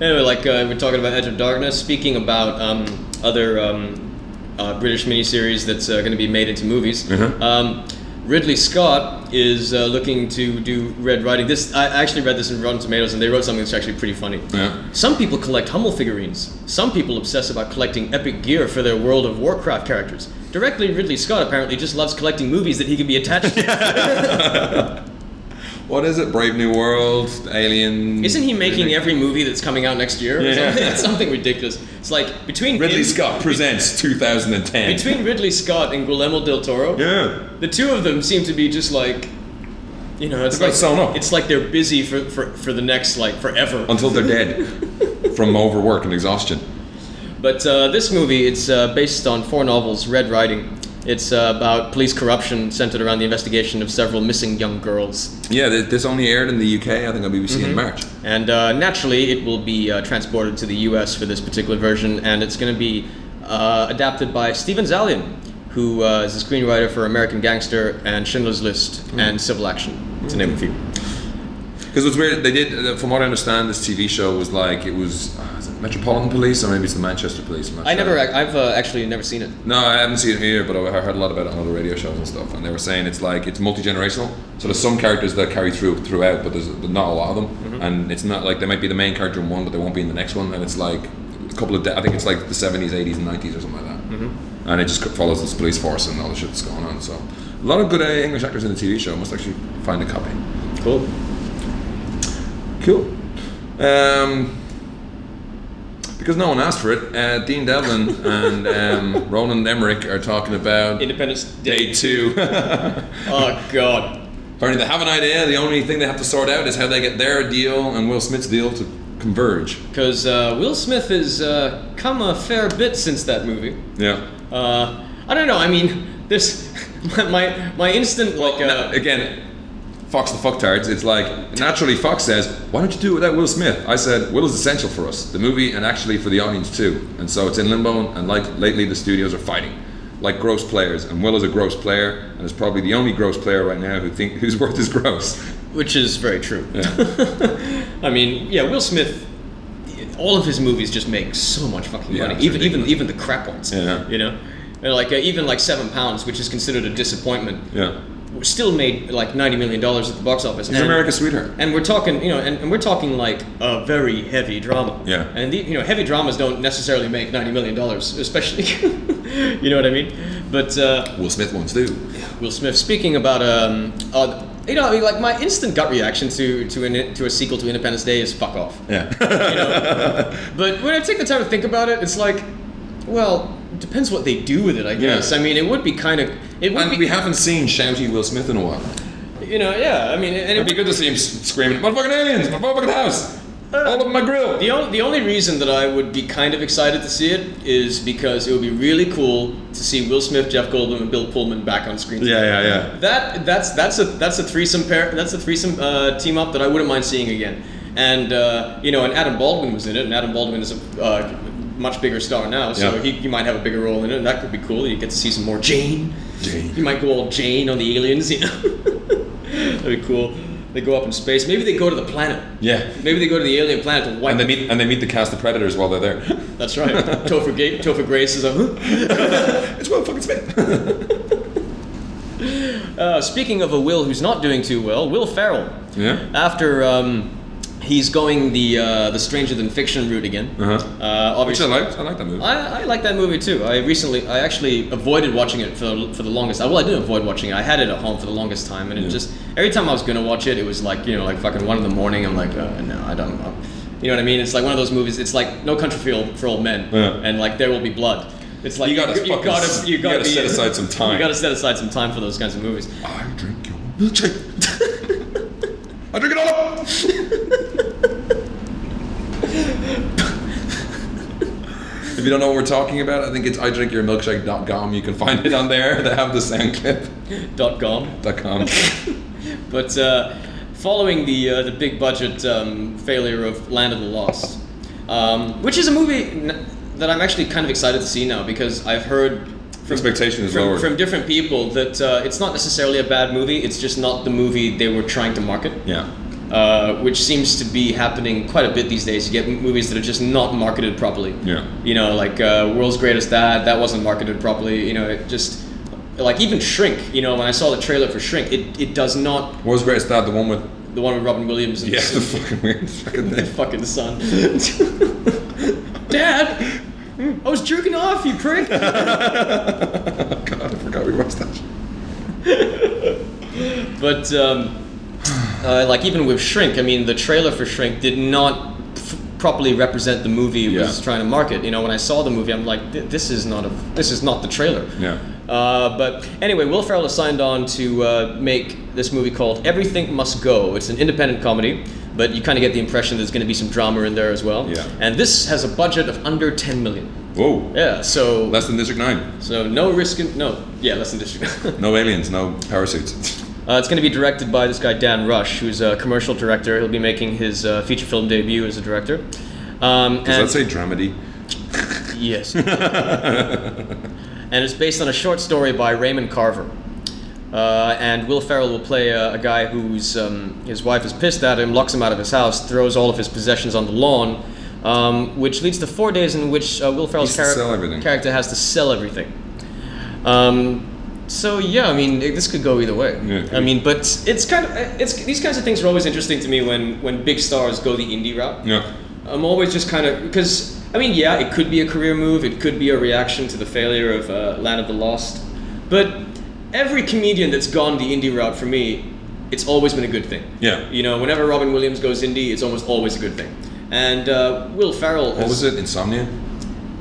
Speaker 1: anyway, like uh, we're talking about Edge of Darkness. Speaking about um, other um, uh, British miniseries that's uh, going to be made into movies.
Speaker 2: Mhm.
Speaker 1: Um, Ridley Scott is uh, looking to do Red Riding. This I actually read this in Rotten Tomatoes, and they wrote something that's actually pretty funny.
Speaker 2: Yeah.
Speaker 1: Some people collect Hummel figurines. Some people obsess about collecting epic gear for their World of Warcraft characters. Directly, Ridley Scott apparently just loves collecting movies that he can be attached to.
Speaker 2: What is it? Brave New World, Alien.
Speaker 1: Isn't he making every movie that's coming out next year? Or
Speaker 2: Hmm. Yeah.
Speaker 1: something? It's something ridiculous. It's like between
Speaker 2: Ridley
Speaker 1: him-
Speaker 2: Scott presents 2010.
Speaker 1: between Ridley Scott and Guillermo del Toro.
Speaker 2: yeah.
Speaker 1: The two of them seem to be just like, you know, it's
Speaker 2: They've got
Speaker 1: like
Speaker 2: sewn up.
Speaker 1: it's like they're busy for, for, for the next like forever.
Speaker 2: Until they're dead from overwork and exhaustion.
Speaker 1: But uh, this movie, it's uh, based on four novels, Red Riding. It's uh, about police corruption centered around the investigation of several missing young girls.
Speaker 2: Yeah, th- this only aired in the UK, I think, on BBC
Speaker 1: Mm-hmm.
Speaker 2: in March.
Speaker 1: And uh, naturally, it will be uh, transported to the US for this particular version, and it's going to be uh, adapted by Steven Zalian, who uh, is the screenwriter for American Gangster and Schindler's List and Civil Action, to name a few.
Speaker 2: Because it's weird, they did, uh, from what I understand, this TV show was like, it was, uh, is it Metropolitan Police or maybe it's the Manchester Police. I'm not
Speaker 1: I
Speaker 2: sure.
Speaker 1: never, ac- I've uh, actually never seen it.
Speaker 2: No, I haven't seen it here, but I heard a lot about it on other radio shows and stuff. And they were saying it's like it's multi generational. So there's some characters that carry through throughout, but there's not a lot of them. And it's not like they might be the main character in one, but they won't be in the next one. And it's like a couple of, de- I think it's like the 70s, 80s, and 90s or something like that. And it just follows this police force and all the shit that's going on. So a lot of good uh, English actors in the TV show. I must actually find a copy.
Speaker 1: Cool.
Speaker 2: Cool. Um, because no one asked for it, uh, Dean Devlin and um, Roland Emmerich are talking about
Speaker 1: Independence Day.
Speaker 2: day two.
Speaker 1: Oh God.
Speaker 2: Apparently, they have an idea. The only thing they have to sort out is how they get their deal and Will Smith's deal to converge.
Speaker 1: Because uh, Will Smith has uh, come a fair bit since that movie.
Speaker 2: Yeah.
Speaker 1: Uh, I don't know. I mean, this my my, my instant like
Speaker 2: Now,
Speaker 1: uh,
Speaker 2: again, Fox the fucktards. It's like naturally Fox says, "Why don't you do it without Will Smith?" I said, "Will is essential for us, the movie, and actually for the audience too." And so it's in limbo, and like lately, the studios are fighting, like gross players. And Will is a gross player, and is probably the only gross player right now who think whose worth is gross.
Speaker 1: which is very true.
Speaker 2: Yeah.
Speaker 1: I mean, yeah, Will Smith. All of his movies just make so much fucking
Speaker 2: Yeah,
Speaker 1: money.
Speaker 2: it's
Speaker 1: Even even
Speaker 2: ridiculous.
Speaker 1: even the crap ones.
Speaker 2: Yeah.
Speaker 1: You know, and like uh, even like Seven Pounds, which is considered a disappointment,
Speaker 2: yeah.
Speaker 1: still made like ninety million dollars at the box office.
Speaker 2: He's
Speaker 1: and-
Speaker 2: America's sweetheart.
Speaker 1: and we're talking you know and, and we're talking like a very heavy drama
Speaker 2: Yeah.
Speaker 1: and the, you know heavy dramas don't necessarily make 90 million dollars especially you know what i mean but uh,
Speaker 2: Will Smith ones do.
Speaker 1: will smith speaking about um uh, you know I mean, like my instant gut reaction to to an, to a sequel to independence day is fuck off
Speaker 2: Yeah.
Speaker 1: but when i take the time to think about it it's like well it depends what they do with it i guess i mean it would be kind of it would
Speaker 2: and
Speaker 1: be
Speaker 2: we haven't seen shouty Will Smith in a while.
Speaker 1: you know yeah i mean and it
Speaker 2: It'd be good to see him s- screaming, "Motherfucking aliens! My motherfucking house! All up my grill!"
Speaker 1: The only, the only reason that I would be kind of excited to see it is because it would be really cool to see Will Smith, Jeff Goldblum, and Bill Pullman back on screen.
Speaker 2: Yeah, yeah, yeah.
Speaker 1: That that's that's a that's a threesome pair. That's a threesome uh, team up that I wouldn't mind seeing again. And uh, you know, and Adam Baldwin was in it, and Adam Baldwin is a uh, much bigger star now, so
Speaker 2: Yeah.
Speaker 1: he, he might have a bigger role in it. and That could be cool. You get to see some more Jane.
Speaker 2: Jane.
Speaker 1: You might go all Jane on the aliens. You know, that'd be cool. They go up in space. Maybe they go to the planet.
Speaker 2: Yeah.
Speaker 1: Maybe they go to the alien planet to wipe
Speaker 2: And they meet and they meet the cast of predators while they're there.
Speaker 1: That's right. Topher, Ga- Topher Grace is a.
Speaker 2: it's Will fucking Smith.
Speaker 1: uh, speaking of a Will who's not doing too well, Will Ferrell.
Speaker 2: yeah.
Speaker 1: After um, he's going the uh, the Stranger Than Fiction route again.
Speaker 2: Uh-huh.
Speaker 1: Uh,
Speaker 2: Which I
Speaker 1: obviously,
Speaker 2: liked. I liked that movie.
Speaker 1: I, I like that movie too. I recently, I actually avoided watching it for for the longest. Well, I didn't avoid watching it. I had it at home for the longest time, and it
Speaker 2: Yeah.
Speaker 1: just every time I was gonna watch it, it was like you know, like fucking one in the morning. I'm like, uh, no, I don't. know. You know what I mean? It's like one of those movies. It's like No Country for Old, for old Men,
Speaker 2: Yeah.
Speaker 1: and like There Will Be Blood. It's like
Speaker 2: You gotta fucking s- you gotta
Speaker 1: be-
Speaker 2: set aside some time.
Speaker 1: You gotta set aside some time for those kinds of movies.
Speaker 2: I drink your milkshake. I drink it all up. if you don't know what we're talking about, I think it's I drink your milkshake.com. You can find it on there. They have the sound clip.
Speaker 1: Dot com.
Speaker 2: Dot com.
Speaker 1: But uh, following the uh, the big budget um, failure of Land of the Lost, um, which is a movie n- that I'm actually kind of excited to see now because I've heard from,
Speaker 2: Expectation is
Speaker 1: from,
Speaker 2: lowered.
Speaker 1: from different people that uh, it's not necessarily a bad movie. It's just not the movie they were trying to market.
Speaker 2: yeah.
Speaker 1: Uh, which seems to be happening quite a bit these days. You get m- movies that are just not marketed properly.
Speaker 2: Yeah.
Speaker 1: You know, like uh, World's Greatest Dad, that wasn't marketed properly. You know, it just like even Shrink. You know, when I saw the trailer for Shrink, it, it does not.
Speaker 2: What was Greatest Dad? The one with
Speaker 1: The one with Robin Williams and
Speaker 2: yeah, the fucking weird fucking
Speaker 1: the
Speaker 2: name.
Speaker 1: fucking son. Dad, I was jerking off, you prick.
Speaker 2: God, I forgot we watched that.
Speaker 1: But um, uh, like even with Shrink, I mean, the trailer for Shrink did not f- properly represent the movie it
Speaker 2: Yeah.
Speaker 1: was trying to market. You know, when I saw the movie, I'm like, "Th- this is not a, this is not the trailer.
Speaker 2: Yeah.
Speaker 1: Uh, but anyway, Will Ferrell has signed on to uh, make this movie called Everything Must Go. It's an independent comedy, but you kind of get the impression there's going to be some drama in there as well.
Speaker 2: Yeah.
Speaker 1: And this has a budget of under 10 million.
Speaker 2: Whoa.
Speaker 1: Yeah. So
Speaker 2: Less than District 9.
Speaker 1: so no risk. In, no. Yeah. Less than this.
Speaker 2: No aliens, no parachutes.
Speaker 1: Uh, it's going to be directed by this guy Dan Rush, who's a commercial director. He'll be making his uh, feature film debut as a director. Um,
Speaker 2: Does
Speaker 1: and-
Speaker 2: that say dramedy?
Speaker 1: yes? and it's based on a short story by Raymond Carver. Uh, and Will Ferrell will play a, a guy whose um, his wife is pissed at him, locks him out of his house, throws all of his possessions on the lawn, um, which leads to four days in which uh, Will Ferrell's
Speaker 2: He's to
Speaker 1: charac-
Speaker 2: sell everything.
Speaker 1: character has to sell everything. Um, so yeah, I mean, it- this could go either way.
Speaker 2: Yeah, it
Speaker 1: I
Speaker 2: could.
Speaker 1: mean, but it's kind of it's these kinds of things are always interesting to me when when big stars go the indie route.
Speaker 2: Yeah.
Speaker 1: I'm always just kind of because I mean, yeah, it could be a career move. It could be a reaction to the failure of uh, Land of the Lost. But every comedian that's gone the indie route for me, it's always been a good thing.
Speaker 2: Yeah.
Speaker 1: You know, whenever Robin Williams goes indie, it's almost always a good thing. And uh, Will Ferrell.
Speaker 2: What was it? Insomnia?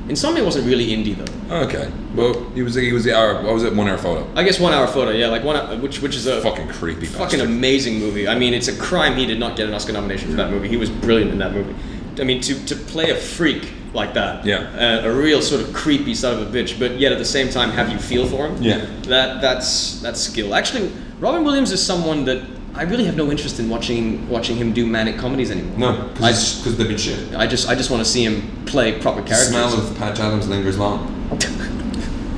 Speaker 1: Insomnia wasn't really indie though.
Speaker 2: Okay. Well, he was he was the hour. What was it? One hour photo.
Speaker 1: I guess One Hour Photo. Yeah, like one, hour, which which is a
Speaker 2: Fucking creepy.
Speaker 1: fucking
Speaker 2: bastard.
Speaker 1: amazing movie. I mean, it's a crime he did not get an Oscar nomination for that movie. He was brilliant in that movie. I mean, to, to play a freak like that, uh,
Speaker 2: Yeah.
Speaker 1: a, a real sort of creepy son of a bitch, but yet at the same time have you feel for him.
Speaker 2: Yeah.
Speaker 1: that that's that's skill. Actually, Robin Williams is someone that I really have no interest in watching watching him do manic comedies anymore.
Speaker 2: No,
Speaker 1: I,
Speaker 2: because they've been shit.
Speaker 1: I just I just want to see him play proper
Speaker 2: The
Speaker 1: characters.
Speaker 2: smell of Patch Adams lingers long.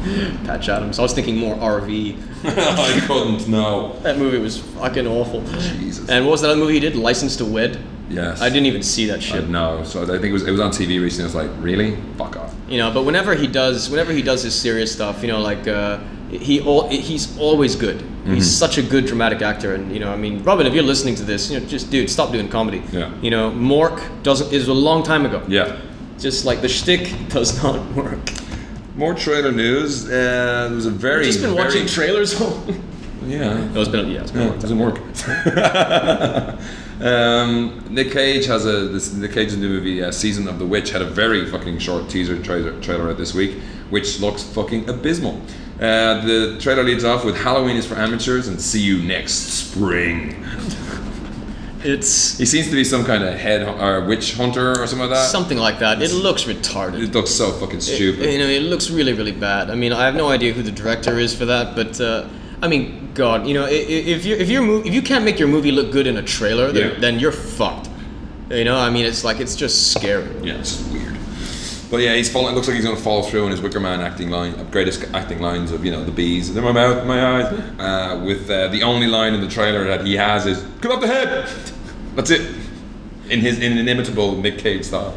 Speaker 1: Patch Adams. I was thinking more RV.
Speaker 2: I couldn't. No.
Speaker 1: That movie was fucking awful.
Speaker 2: Jesus.
Speaker 1: And what was that other movie he did? License to Wed.
Speaker 2: Yes.
Speaker 1: I didn't even see that
Speaker 2: I
Speaker 1: shit.
Speaker 2: know. So I think it was it was on TV recently. I was like, really? Fuck off.
Speaker 1: You know, but whenever he does, whenever he does his serious stuff, you know, like uh, he all, he's always good. He's such a good dramatic actor, and you know, I mean, Robin, if you're listening to this, you know, just dude, stop doing comedy.
Speaker 2: Yeah.
Speaker 1: You know, Mork doesn't is a long time ago.
Speaker 2: Yeah.
Speaker 1: Just like the shtick does not work.
Speaker 2: More trailer news. Uh, there was a very
Speaker 1: I've just been
Speaker 2: very-
Speaker 1: watching trailers all.
Speaker 2: yeah.
Speaker 1: no, it's been yeah, it's been a
Speaker 2: Yeah,
Speaker 1: long time.
Speaker 2: it doesn't work. um, Nick Cage has a this Nick Cage's new movie uh, Season of the Witch had a very fucking short teaser trailer, trailer out this week, which looks fucking abysmal. Uh, the trailer leads off with Halloween is for amateurs and see you next spring.
Speaker 1: It's
Speaker 2: He seems to be some kind of head or witch hunter or something like that.
Speaker 1: something like that. It looks retarded.
Speaker 2: it looks so fucking stupid.
Speaker 1: You know, it looks really, really bad. I mean, I have no idea who the director is for that, but uh, I mean, God, you know, i- i- if you if your mov- if you can't make your movie look good in a trailer, then,
Speaker 2: Yeah.
Speaker 1: then you're fucked. You know, I mean, it's like it's just scary.
Speaker 2: Yeah, it's just weird. But yeah, he's falling. It looks like he's going to fall through on his Wicker Man acting line, uh, greatest acting lines of you know the bees. They're my mouth, my eyes. Uh, with uh, the only line in the trailer that he has is "Come up the head." That's it. In his in inimitable Nick Cage style.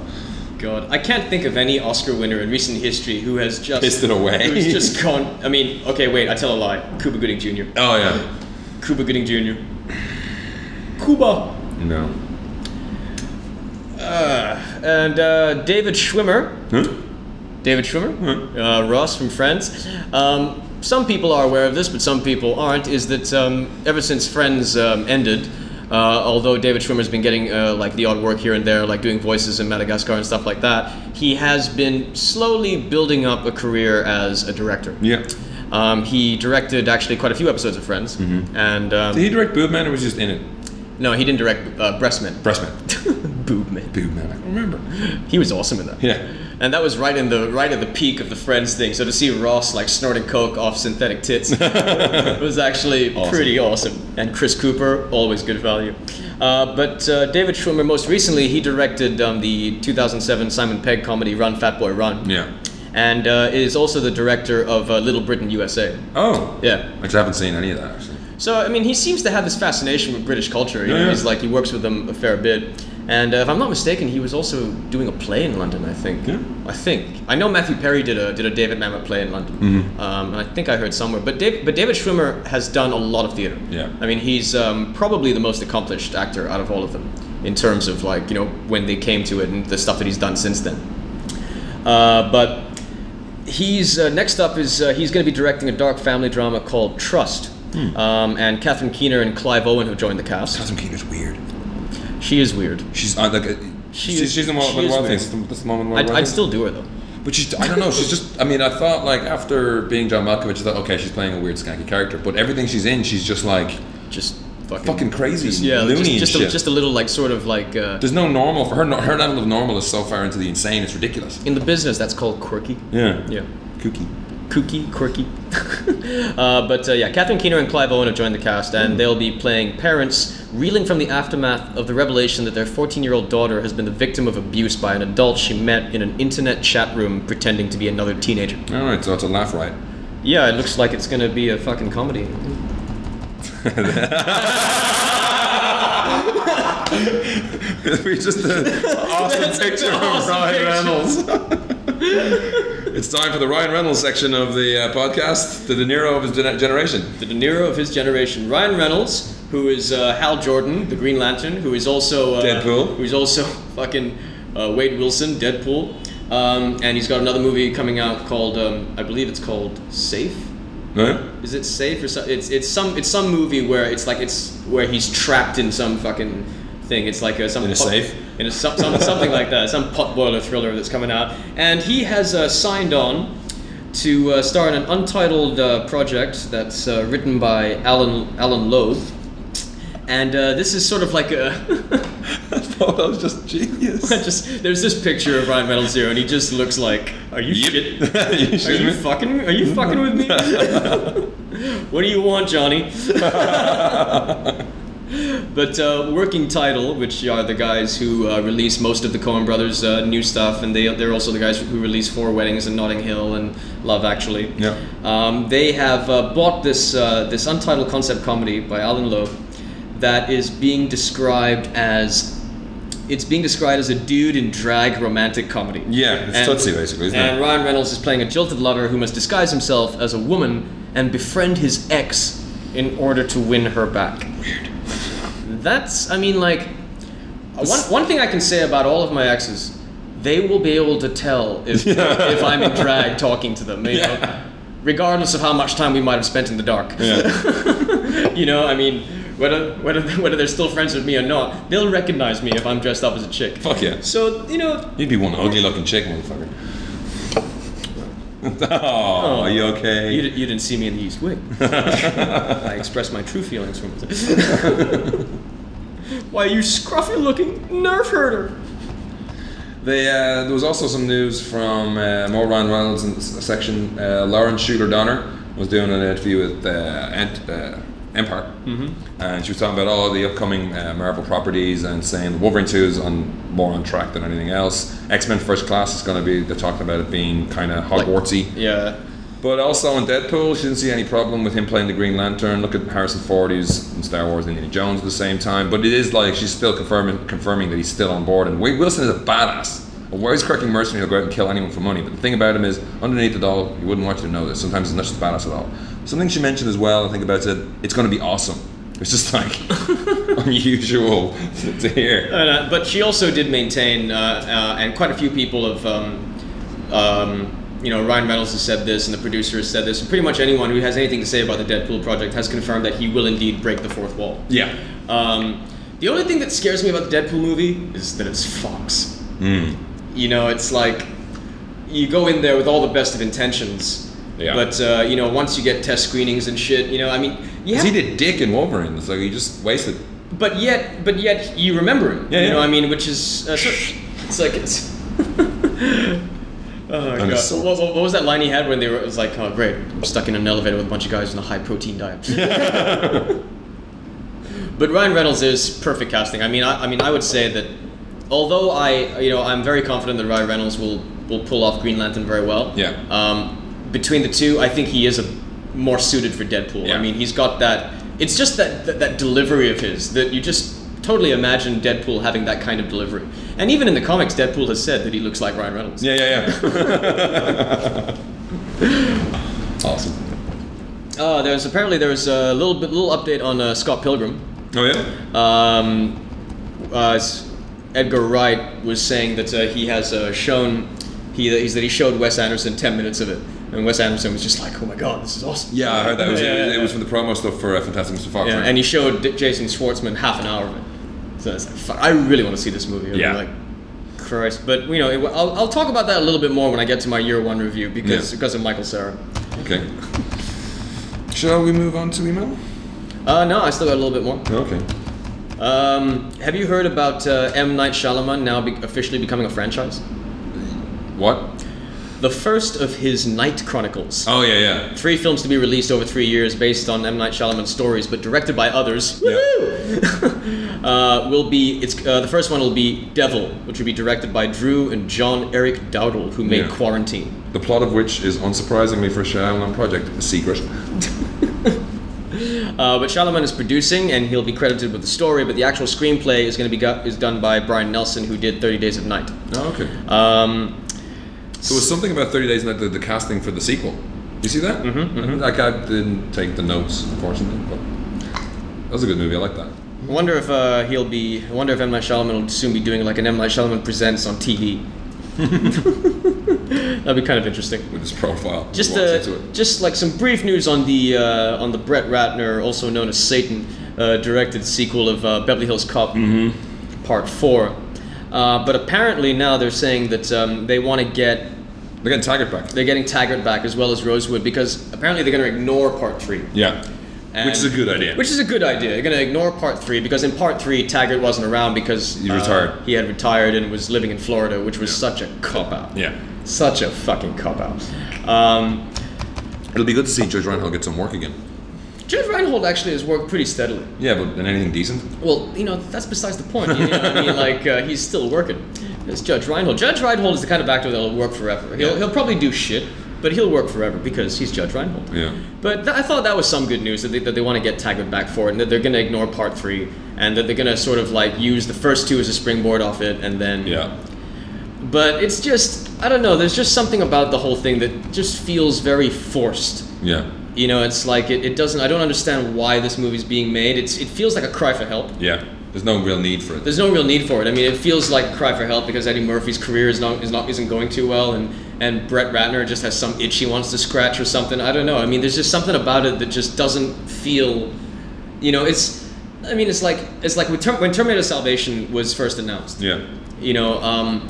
Speaker 1: God, I can't think of any Oscar winner in recent history who has just
Speaker 2: Pissed it away.
Speaker 1: Who's just gone? I mean, okay, wait, I tell a lie. Cuba Gooding Jr.
Speaker 2: Oh yeah.
Speaker 1: Cuba Gooding Jr. Cuba.
Speaker 2: No.
Speaker 1: Uh, and uh, David Schwimmer.
Speaker 2: Huh?
Speaker 1: David Schwimmer, uh, Ross from Friends. Um, some people are aware of this, but some people aren't. Is that um, ever since Friends um, ended, uh, although David Schwimmer's been getting uh, like the odd work here and there, like doing voices in Madagascar and stuff like that, he has been slowly building up a career as a director.
Speaker 2: Yeah.
Speaker 1: Um, he directed actually quite a few episodes of Friends, and um,
Speaker 2: Mm-hmm. Did he direct Boob Man or was he just in it?
Speaker 1: no, he didn't direct uh, Breastman.
Speaker 2: Breastman.
Speaker 1: Boob man.
Speaker 2: Boob Man. I remember.
Speaker 1: He was awesome in that.
Speaker 2: Yeah.
Speaker 1: And that was right in the right at the peak of the Friends thing. So to see Ross like snorting coke off synthetic tits was actually
Speaker 2: Awesome.
Speaker 1: pretty awesome. And Chris Cooper, always good value. Uh, but uh, David Schwimmer, most recently, he directed um, the 2007 Simon Pegg comedy Run Fat Boy Run,
Speaker 2: Yeah.
Speaker 1: and uh, is also the director of uh, Little Britain USA.
Speaker 2: Oh.
Speaker 1: Yeah.
Speaker 2: I just haven't seen any of that actually.
Speaker 1: So I mean, he seems to have this fascination with British culture. You know?
Speaker 2: Yeah, yeah.
Speaker 1: He's like he works with them a fair bit, And uh, if I'm not mistaken, he was also doing a play in London. I think.
Speaker 2: Yeah.
Speaker 1: I think. I know Matthew Perry did a did a David Mamet play in London,
Speaker 2: Mm-hmm.
Speaker 1: um, and I think I heard somewhere. But Dave, but David Schwimmer has done a lot of theater.
Speaker 2: Yeah.
Speaker 1: I mean, he's um, probably the most accomplished actor out of all of them in terms of like you know when they came to it and the stuff that he's done since then. Uh, but he's uh, next up is uh, he's going to be directing a dark family drama called Trust.
Speaker 2: Hmm.
Speaker 1: Um, and Catherine Keener and Clive Owen have joined the cast.
Speaker 2: Catherine Keener's weird.
Speaker 1: She is weird.
Speaker 2: She's uh, like. uh,
Speaker 1: She
Speaker 2: she's,
Speaker 1: is-
Speaker 2: she's in one
Speaker 1: she
Speaker 2: one of
Speaker 1: is
Speaker 2: the wild
Speaker 1: weird.
Speaker 2: things. That's the moment.
Speaker 1: I'd, I'd still do her though.
Speaker 2: But she's, I don't know, she's just, I mean, I thought, like, after being John Malkovich, I thought, okay, she's playing a weird, skanky character, but everything she's in, she's just, like,
Speaker 1: Just fucking,
Speaker 2: fucking crazy,
Speaker 1: just-
Speaker 2: and
Speaker 1: yeah,
Speaker 2: loony and
Speaker 1: just, just, a,
Speaker 2: shit.
Speaker 1: just a little like sort of like uh,
Speaker 2: There's no normal for her. no- Her level of normal is so far into the insane, it's ridiculous.
Speaker 1: in the business that's called quirky.
Speaker 2: Yeah.
Speaker 1: Yeah,
Speaker 2: Kooky.
Speaker 1: kooky, quirky. uh, but uh, yeah, Catherine Keener and Clive Owen have joined the cast, and they'll be playing parents reeling from the aftermath of the revelation that their 14-year-old daughter has been the victim of abuse by an adult she met in an internet chat room pretending to be another teenager.
Speaker 2: All right, so it's a laugh right.
Speaker 1: Yeah, it looks like it's gonna be a fucking comedy.
Speaker 2: we just an awesome picture of
Speaker 1: awesome
Speaker 2: Ryan
Speaker 1: picture.
Speaker 2: Reynolds. it's time for the Ryan Reynolds section of the uh, podcast, the De Niro of his gen- generation.
Speaker 1: The De Niro of his generation, Ryan Reynolds, who is uh, Hal Jordan, the Green Lantern, who is also uh,
Speaker 2: Deadpool.
Speaker 1: who's also fucking uh, Wade Wilson, Deadpool, um, and he's got another movie coming out called um, I believe it's called Safe.
Speaker 2: No?
Speaker 1: Is it Safe or some? It's it's some it's some movie where it's like it's where he's trapped in some fucking thing. It's like uh some
Speaker 2: In a
Speaker 1: pot-
Speaker 2: safe?
Speaker 1: in a, some, some, something like that, some potboiler thriller that's coming out. And he has uh, signed on to uh, star in an untitled uh, project that's uh, written by Alan Alan Lowe. And uh, this is sort of like a
Speaker 2: That photo's just genius.
Speaker 1: just there's this picture of Ryan Reynolds here, and he just looks like, are you shit?
Speaker 2: you
Speaker 1: Are you
Speaker 2: should
Speaker 1: fucking? Are you fucking with me? what do you want, Johnny? but uh, working title, which are the guys who uh, release most of the Coen Brothers' uh, new stuff, and they they're also the guys who release Four Weddings and Notting Hill and Love Actually.
Speaker 2: Yeah.
Speaker 1: Um, they have uh, bought this uh, this untitled concept comedy by Alan Lowe that is being described as. It's being described as a dude in drag romantic comedy.
Speaker 2: Yeah, it's
Speaker 1: And-
Speaker 2: Tootsie basically, isn't
Speaker 1: and
Speaker 2: it?
Speaker 1: Ryan Reynolds is playing a jilted lover who must disguise himself as a woman and befriend his ex in order to win her back. Weird. That's, I mean, like, one, one thing I can say about all of my exes, they will be able to tell if,
Speaker 2: Yeah.
Speaker 1: if I'm in drag talking to them, you
Speaker 2: Yeah.
Speaker 1: know, regardless of how much time we might have spent in the dark.
Speaker 2: Yeah.
Speaker 1: you know, I mean, whether, whether, whether they're still friends with me or not, they'll recognize me if I'm dressed up as a chick.
Speaker 2: Fuck yeah.
Speaker 1: So, you know,
Speaker 2: You'd be one ugly looking chick, motherfucker. oh, are you okay?
Speaker 1: You, di- you didn't see me in the East Wing. I expressed my true feelings from Why, you scruffy looking nerve herder!
Speaker 2: They, uh, there was also some news from uh, more Ryan Reynolds in s- section. Uh, Lauren Schuler Donner was doing an interview with uh, Ant, uh, Empire, and she was talking about all the upcoming uh, Marvel properties and saying Wolverine Two is on more on track than anything else. X Men First Class is going to be. They're talking about it being kind of Hogwartsy.
Speaker 1: Yeah.
Speaker 2: But also in Deadpool, she didn't see any problem with him playing the Green Lantern. Look at Harrison Ford, he's in Star Wars and Indiana Jones at the same time. But it is like she's still confirming confirming that he's still on board. And Wade Wilson is a badass. A wisecracking mercenary who'll go out and kill anyone for money. But the thing about him is, underneath it all, you wouldn't want you to know this. Sometimes he's not just badass at all. Something she mentioned as well, I think about it, it's going to be awesome. It's just like unusual to hear.
Speaker 1: And, uh, but she also did maintain, uh, uh, and quite a few people have, um, um, you know, Ryan Reynolds has said this, and the producer has said this, and pretty much anyone who has anything to say about the Deadpool project has confirmed that he will indeed break the fourth wall.
Speaker 2: Yeah.
Speaker 1: Um, the only thing that scares me about the Deadpool movie is that it's Fox.
Speaker 2: Hmm.
Speaker 1: You know, it's like you go in there with all the best of intentions,
Speaker 2: Yeah.
Speaker 1: but uh, you know, once you get test screenings and shit, you know, I mean, you
Speaker 2: 'Cause
Speaker 1: have,
Speaker 2: he did dick in Wolverine, so he just wasted.
Speaker 1: but yet, but yet you remember him.
Speaker 2: Yeah,
Speaker 1: you
Speaker 2: yeah.
Speaker 1: know, I mean, which is uh, sort- it's like it's. Oh, God.
Speaker 2: his sword.
Speaker 1: What, what, what was that line he had when they were? It was like, oh great, I'm stuck in an elevator with a bunch of guys on a high protein diet. But Ryan Reynolds is perfect casting. I mean, I, I mean, I would say that although I, you know, I'm very confident that Ryan Reynolds will will pull off Green Lantern very well.
Speaker 2: Yeah.
Speaker 1: Um, between the two, I think he is a more suited for Deadpool.
Speaker 2: Yeah.
Speaker 1: I mean, he's got that. It's just that, that that delivery of his that you just totally imagine Deadpool having that kind of delivery. And even in the comics, Deadpool has said that he looks like Ryan Reynolds.
Speaker 2: Yeah, yeah, yeah. awesome.
Speaker 1: Uh, there's apparently there's a little bit little update on uh, Scott Pilgrim.
Speaker 2: Oh yeah.
Speaker 1: Um, uh, s- Edgar Wright was saying that uh, he has uh, shown he that he's that he showed Wes Anderson ten minutes of it, and Wes Anderson was just like, "Oh my god, this is awesome!"
Speaker 2: Yeah, I heard that. It was,
Speaker 1: Yeah,
Speaker 2: it,
Speaker 1: yeah,
Speaker 2: it was
Speaker 1: yeah.
Speaker 2: from the promo stuff for uh, Fantastic Mr. Fox.
Speaker 1: Yeah,
Speaker 2: right?
Speaker 1: and he showed D- Jason Schwartzman half an hour of it. So it's like, fuck, I really want to see this movie. I'd be
Speaker 2: Yeah.
Speaker 1: Like, Christ, but you know, it, I'll, I'll talk about that a little bit more when I get to my year one review because
Speaker 2: Yeah.
Speaker 1: because of Michael Sarah.
Speaker 2: Okay. Shall we move on to email?
Speaker 1: Uh, no, I still got a little bit more.
Speaker 2: Okay.
Speaker 1: Um, have you heard about uh, M Night Shyamalan now be- officially becoming a franchise?
Speaker 2: What?
Speaker 1: The first of his Night Chronicles.
Speaker 2: Oh yeah, yeah.
Speaker 1: Three films to be released over three years based on M. Night Shyamalan stories, but directed by others.
Speaker 2: Yeah.
Speaker 1: Woohoo! uh, will be it's uh, the first one will be Devil, which will be directed by Drew and John Eric Dowdle, who made
Speaker 2: Yeah.
Speaker 1: Quarantine.
Speaker 2: The plot of which is unsurprisingly for a Shyamalan project a secret.
Speaker 1: Uh, but Shyamalan is producing, and he'll be credited with the story. But the actual screenplay is going to be go- is done by Brian Nelson, who did Thirty Days of Night.
Speaker 2: Oh, okay.
Speaker 1: Um,
Speaker 2: There was something about 30 Days Night, the, the casting for the sequel. You see that? Mm-hmm, Like, I didn't take the notes, unfortunately, but that was a good movie. I like that.
Speaker 1: I wonder if uh, he'll be. I wonder if M Night Shyamalan will soon be doing like an M Night Shyamalan presents on TV. That'd be kind of interesting.
Speaker 2: With his profile.
Speaker 1: Just
Speaker 2: Walks
Speaker 1: uh,
Speaker 2: into it.
Speaker 1: just like some brief news on the uh, on the Brett Ratner, also known as Satan, uh, directed sequel of uh, Beverly Hills Cop,
Speaker 2: Mm-hmm.
Speaker 1: Part Four. Uh, but apparently now they're saying that um, they want to get
Speaker 2: They're getting Taggart back.
Speaker 1: they're getting Taggart back as well as Rosewood because apparently they're going to ignore Part Three.
Speaker 2: Yeah.
Speaker 1: And-
Speaker 2: Which is a good idea.
Speaker 1: Which is a good idea. You're going to ignore part three because in part three, Taggart wasn't around because uh,
Speaker 2: He retired.
Speaker 1: he had retired and was living in Florida, which was such a cop out.
Speaker 2: yeah.
Speaker 1: Such a fucking cop out. Um,
Speaker 2: It'll be good to see Judge Reinhold get some work again.
Speaker 1: Judge Reinhold actually has worked pretty steadily.
Speaker 2: Yeah, but then anything decent?
Speaker 1: Well, you know, that's besides the point. You know what I mean? Like, uh, he's still working. It's Judge Reinhold. Judge Reinhold is the kind of actor that'll work forever. He'll,
Speaker 2: Yeah.
Speaker 1: he'll probably do shit, but he'll work forever because he's Judge Reinhold.
Speaker 2: Yeah.
Speaker 1: But th- I thought that was some good news that they, that they want to get Taggart back for it, and that they're going to ignore part three, and that they're going to sort of like use the first two as a springboard off it, and then.
Speaker 2: Yeah.
Speaker 1: But it's just I don't know. There's just something about the whole thing that just feels very forced.
Speaker 2: Yeah.
Speaker 1: You know, it's like it, it doesn't. I don't understand why this movie's being made. It's it feels like a cry for help.
Speaker 2: Yeah. There's no real need for it.
Speaker 1: There's no real need for it. I mean, it feels like a cry for help because Eddie Murphy's career is not is not isn't going too well, and and Brett Ratner just has some itch he wants to scratch or something. I don't know. I mean, there's just something about it that just doesn't feel, you know, it's. I mean, it's like it's like with Ter- when Terminator Salvation was first announced.
Speaker 2: yeah.
Speaker 1: You know, um,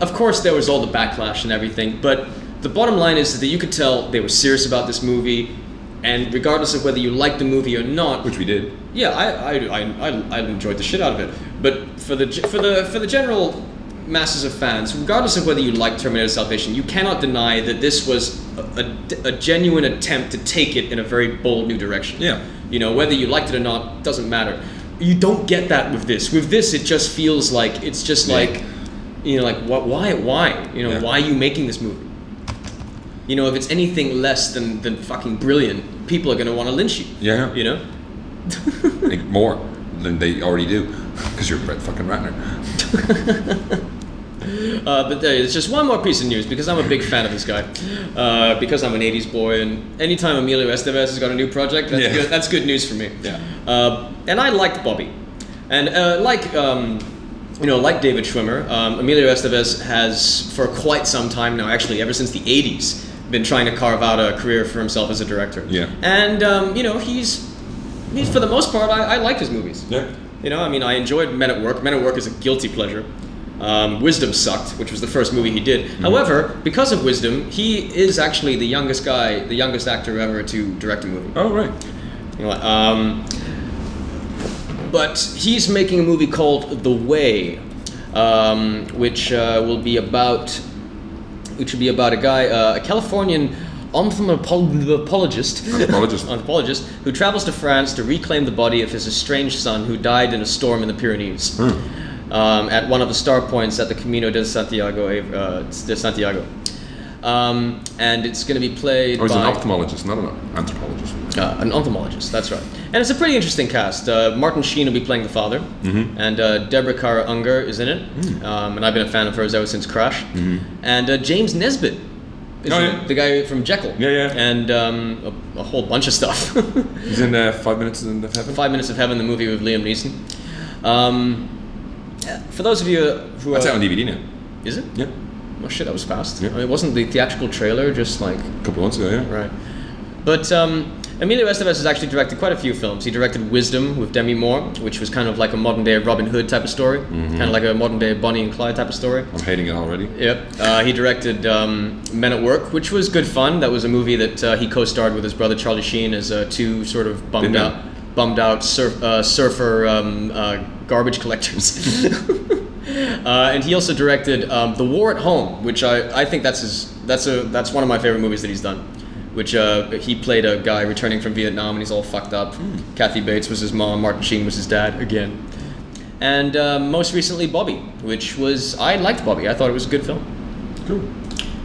Speaker 1: of course there was all the backlash and everything, but the bottom line is that you could tell they were serious about this movie, and regardless of whether you liked the movie or not,
Speaker 2: Which we did.
Speaker 1: yeah, I, I, I, I, I enjoyed the shit out of it. But for the ge- for the for the general masses of fans, regardless of whether you like Terminator Salvation, you cannot deny that this was a, a, a genuine attempt to take it in a very bold new direction.
Speaker 2: Yeah.
Speaker 1: You know, whether you liked it or not doesn't matter. You don't get that with this. With this, it just feels like it's just
Speaker 2: Yeah.
Speaker 1: like, you know, like what? Why? Why? You know,
Speaker 2: Yeah.
Speaker 1: why are you making this movie? You know, if it's anything less than than fucking brilliant, people are gonna want to lynch you.
Speaker 2: Yeah.
Speaker 1: You know.
Speaker 2: Like, more than they already do. Because you're Brett fucking Ratner.
Speaker 1: Uh, but there is just one more piece of news because I'm a big fan of this guy. Uh, because I'm an 80s boy, and anytime Emilio Estevez has got a new project, that's,
Speaker 2: Yeah.
Speaker 1: good, that's good news for me.
Speaker 2: Yeah.
Speaker 1: Uh, and I liked Bobby. And uh, like, um, you know, like David Schwimmer, um, Emilio Estevez has, for quite some time now, actually, ever since the 80s, been trying to carve out a career for himself as a director.
Speaker 2: Yeah.
Speaker 1: And, um, you know, he's, he's, for the most part, I, I liked his movies.
Speaker 2: Yeah.
Speaker 1: You know, I mean, I enjoyed Men at Work. Men at Work is a guilty pleasure. Um, Wisdom sucked, which was the first movie he did. However, because of Wisdom, he is actually the youngest guy, the youngest actor ever to direct a movie.
Speaker 2: Oh, right.
Speaker 1: You know, um, but he's making a movie called The Way, um, which uh, will be about, which will be about a guy, uh, a Californian anthropologist,
Speaker 2: Anthropologist.
Speaker 1: anthropologist who travels to France to reclaim the body of his estranged son who died in a storm in the Pyrenees.
Speaker 2: Hmm.
Speaker 1: Um, at one of the star points at the Camino de Santiago, uh, de Santiago. um, and it's going to be played
Speaker 2: Or Oh, he's an
Speaker 1: by
Speaker 2: ophthalmologist, not an anthropologist.
Speaker 1: uh, an ophthalmologist. That's right. And it's a pretty interesting cast. Uh, Martin Sheen will be playing the father,
Speaker 2: Mm-hmm.
Speaker 1: and uh, Deborah Kara Unger is in it.
Speaker 2: Hmm.
Speaker 1: Um, and I've been a fan of hers ever since Crash. And uh, James Nesbitt is
Speaker 2: Mm-hmm. Oh,
Speaker 1: in
Speaker 2: yeah.
Speaker 1: it, the guy from Jekyll.
Speaker 2: Yeah, yeah.
Speaker 1: And um, a, a whole bunch of stuff.
Speaker 2: He's in uh, Five Minutes in the Heaven.
Speaker 1: Five Minutes of Heaven, the movie with Liam Neeson. Um, for those of you who
Speaker 2: That's
Speaker 1: are,
Speaker 2: out on DVD now.
Speaker 1: is it?
Speaker 2: Yeah,
Speaker 1: Oh shit, that was fast.
Speaker 2: Yeah.
Speaker 1: I mean, wasn't the theatrical trailer just like
Speaker 2: a couple of months ago. Yeah.
Speaker 1: Right. But um, Emilio Estevez has actually directed quite a few films. He directed Wisdom with Demi Moore, which was kind of like a modern day Robin Hood type of story, kind of like a modern day Bonnie and Clyde type of story.
Speaker 2: I'm hating it already.
Speaker 1: Yep. Uh, he directed um, Men at Work, which was good fun. That was a movie that uh, he co-starred with his brother Charlie Sheen as uh, two sort of bummed
Speaker 2: Didn't he?
Speaker 1: out, bummed out surf, uh, surfer um, uh, garbage collectors. uh, and he also directed um, The War at Home, which I, I think that's his that's a that's one of my favorite movies that he's done. Which uh, he played a guy returning from Vietnam and he's all fucked up. Kathy Bates was his mom. Martin Sheen was his dad again and uh, most recently Bobby, which was I liked Bobby. I thought it was a good film.
Speaker 2: Cool.